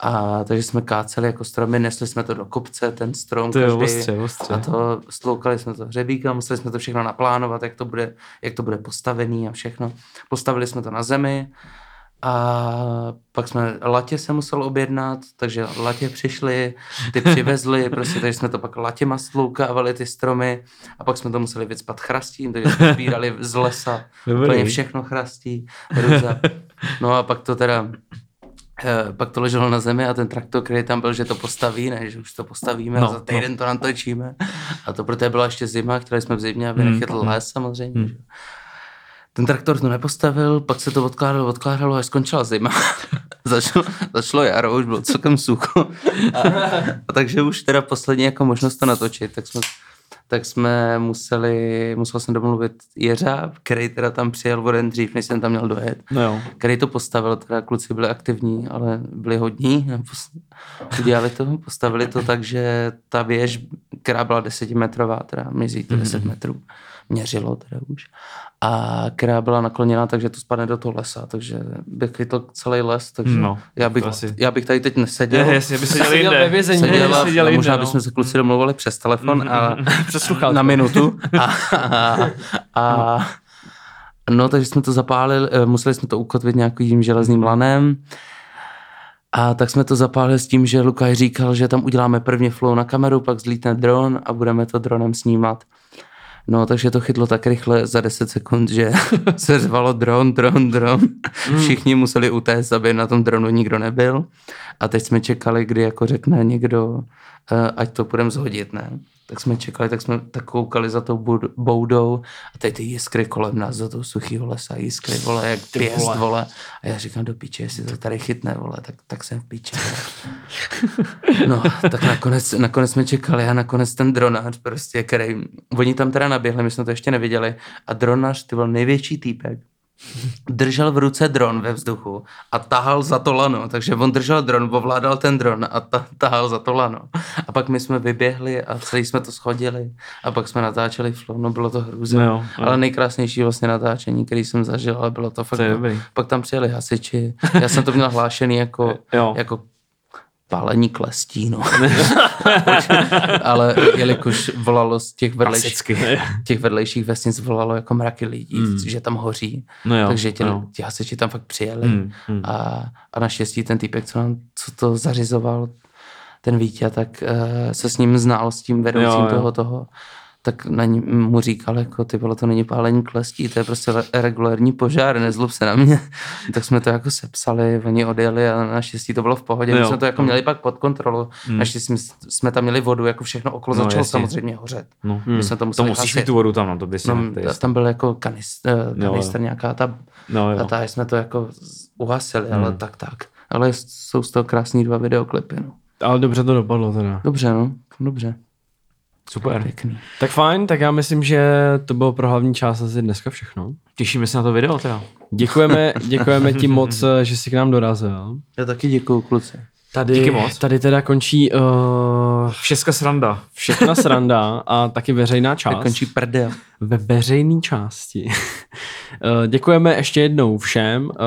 S4: A takže jsme káceli jako stromy, nesli jsme to do kopce, ten strom
S1: To je
S4: každý.
S1: ostře, ostře.
S4: A to sloukali jsme to hřebíka, museli jsme to všechno naplánovat, jak to bude, jak to bude postavený a všechno. Postavili jsme to na zemi a pak jsme latě se musel objednat, takže latě přišli, ty přivezli, prostě, takže jsme to pak latěma sloukávali ty stromy a pak jsme to museli vycpat chrastím, takže jsme sbírali z lesa
S1: Dobrý.
S4: úplně všechno chrastí, růza. No a pak to teda Eh, pak to leželo na zemi a ten traktor, který tam byl, že to postaví, ne, že už to postavíme no,
S1: No,
S4: a za týden no. to natočíme. A to protože byla ještě zima, chtěli jsme v zimě, aby nechytl les samozřejmě. že jo. Ten traktor to nepostavil, pak se to odkládalo, odkládalo, až skončila zima. začalo, začalo jaro, už bylo celkem sucho. A, a takže už teda poslední jako možnost to natočit, tak jsme, tak jsme museli, musel jsem domluvit Jeřáb, který teda tam přijel o den dřív, než jsem tam měl dojet
S2: No jo.
S4: který to postavil, teda kluci byli aktivní, ale byli hodní, a pos- udělali to, postavili to tak, že ta věž, která byla desetimetrová, teda mizí
S1: Mhm.
S4: to 10 metrů, měřilo teda už, a která byla nakloněná, takže to spadne do toho lesa, takže by chytl celý les, takže
S1: No,
S4: no, já, bych,
S1: to asi-
S4: já bych tady teď neseděl.
S1: Je, jasně, by se dělali
S2: Seděl ve
S1: jinde.
S2: vězení.
S4: Seděla,
S1: seděl jinde,
S4: možná
S1: no.
S4: bychom se kluci domluvili přes telefon a
S2: Přes sluchátko.
S4: na minutu. A, a, a, no, takže jsme to zapálili, eh, museli jsme to ukotvit nějakým železným lanem. A tak jsme to zapálili s tím, že Lukáš říkal, že tam uděláme prvně flow na kameru, pak zlítne dron a budeme to dronem snímat. No, takže to chytlo tak rychle za 10 sekund, že se řvalo dron, dron, dron. Všichni museli utéct, aby na tom dronu nikdo nebyl. A teď jsme čekali, kdy jako řekne někdo, eh, ať to půjdeme zhodit, ne? Tak jsme čekali, tak jsme tak koukali za tou bud- boudou a teď ty jiskry kolem nás, za tou suchýho lesa, jiskry, vole, jak pěst, vole. A já říkám do piče, jestli to tady chytne, vole, tak, tak jsem v piče. vole. No, tak nakonec, nakonec jsme čekali a nakonec ten dronář prostě, který, oni tam teda naběhli, my jsme to ještě neviděli a dronář, ty byl největší týpek, držel v ruce dron ve vzduchu a tahal za to lano, takže on držel dron, ovládal ten dron a ta- tahal za to lano. A pak my jsme vyběhli a celý jsme to schodili a pak jsme natáčeli flow, no bylo to hrůzné.
S1: No jo, jo.
S4: ale nejkrásnější vlastně natáčení, který jsem zažil, ale bylo to fakt...
S1: To je dobrý.
S4: Pak tam přijeli hasiči, já jsem to měl hlášený jako,
S1: Jo.
S4: jako pálení klestí, no. ale jelikož volalo z těch vedlejších, těch vedlejších vesnic volalo jako mraky lidí, mm. že tam hoří.
S1: Hmm. No jo,
S4: Takže ti,
S1: no.
S4: ti hasiči tam fakt přijeli.
S1: Mm,
S4: Mm,
S1: mm.
S4: mm. A, a naštěstí ten týpek, co, nám, co to zařizoval, ten Vítě, tak uh, se s ním znal, s tím vedoucím
S1: Jo, jo.
S4: jo, toho toho. Tak na ní, mu říkal, jako ty bylo to není pálení klestí, to je prostě le- regulární požár, nezlob se na mě. tak jsme to jako sepsali, oni odjeli a naštěstí to bylo v pohodě.
S1: Jo, No.
S4: My jsme to jako
S1: jo.
S4: měli pak pod kontrolou. Mm. Naštěstí jsme, jsme tam měli vodu, jako všechno okolo
S1: No,
S4: no, začalo
S1: jasně.
S4: samozřejmě hořet.
S1: No.
S4: My jsme to
S1: To
S4: museli
S1: musíš mít
S4: hasit.
S1: tu vodu tam na to, kde jsi.
S4: No, tam byl jako kanistr,
S1: jo.
S4: kanistr nějaká ta,
S1: No, jo. Hmm.
S4: a ta jsme to jako z- uhasili, ale tak tak. Ale jsou z toho krásný dva videoklipy, no.
S2: Ale dobře to dopadlo teda.
S4: Dobře, no, dobře.
S1: Super.
S4: Pěkný.
S2: Tak fajn, tak já myslím, že to bylo pro hlavní část asi dneska všechno.
S1: Těšíme se na to video teda.
S2: Děkujeme, děkujeme ti moc, eh, že jsi k nám dorazil.
S4: Já taky děkuju, kluci.
S2: Tady,
S1: Díky moc.
S2: Tady teda končí uh,
S1: Všeska sranda.
S2: všechna sranda a taky veřejná část.
S4: Tak končí prdel.
S2: Ve veřejné části. Eh, děkujeme ještě jednou všem, eh,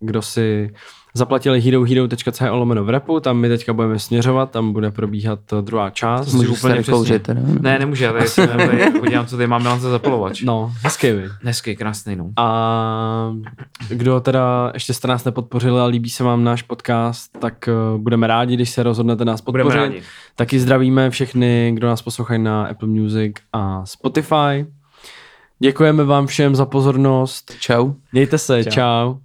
S2: kdo si zaplatili herohero.co lomeno v repu, tam my teďka budeme směřovat, tam bude probíhat eh, druhá část.
S4: Můžu
S1: úplně
S4: se
S1: přesně.
S4: kouřit, teda. no.
S1: Ne, nemůže, já tady, si- tady udělám, co tady mám na zapalovač.
S2: No, hezký vy.
S1: Hezký, krásný, no.
S2: A kdo teda ještě jste nás nepodpořili a líbí se vám náš podcast, tak eh, budeme rádi, když se rozhodnete nás
S1: Budeme
S2: podpořit.
S1: rádi.
S2: Taky zdravíme všechny, kdo nás poslouchají na Apple Music a Spotify. Děkujeme vám všem za pozornost.
S4: Čau.
S2: Mějte se, čau. čau.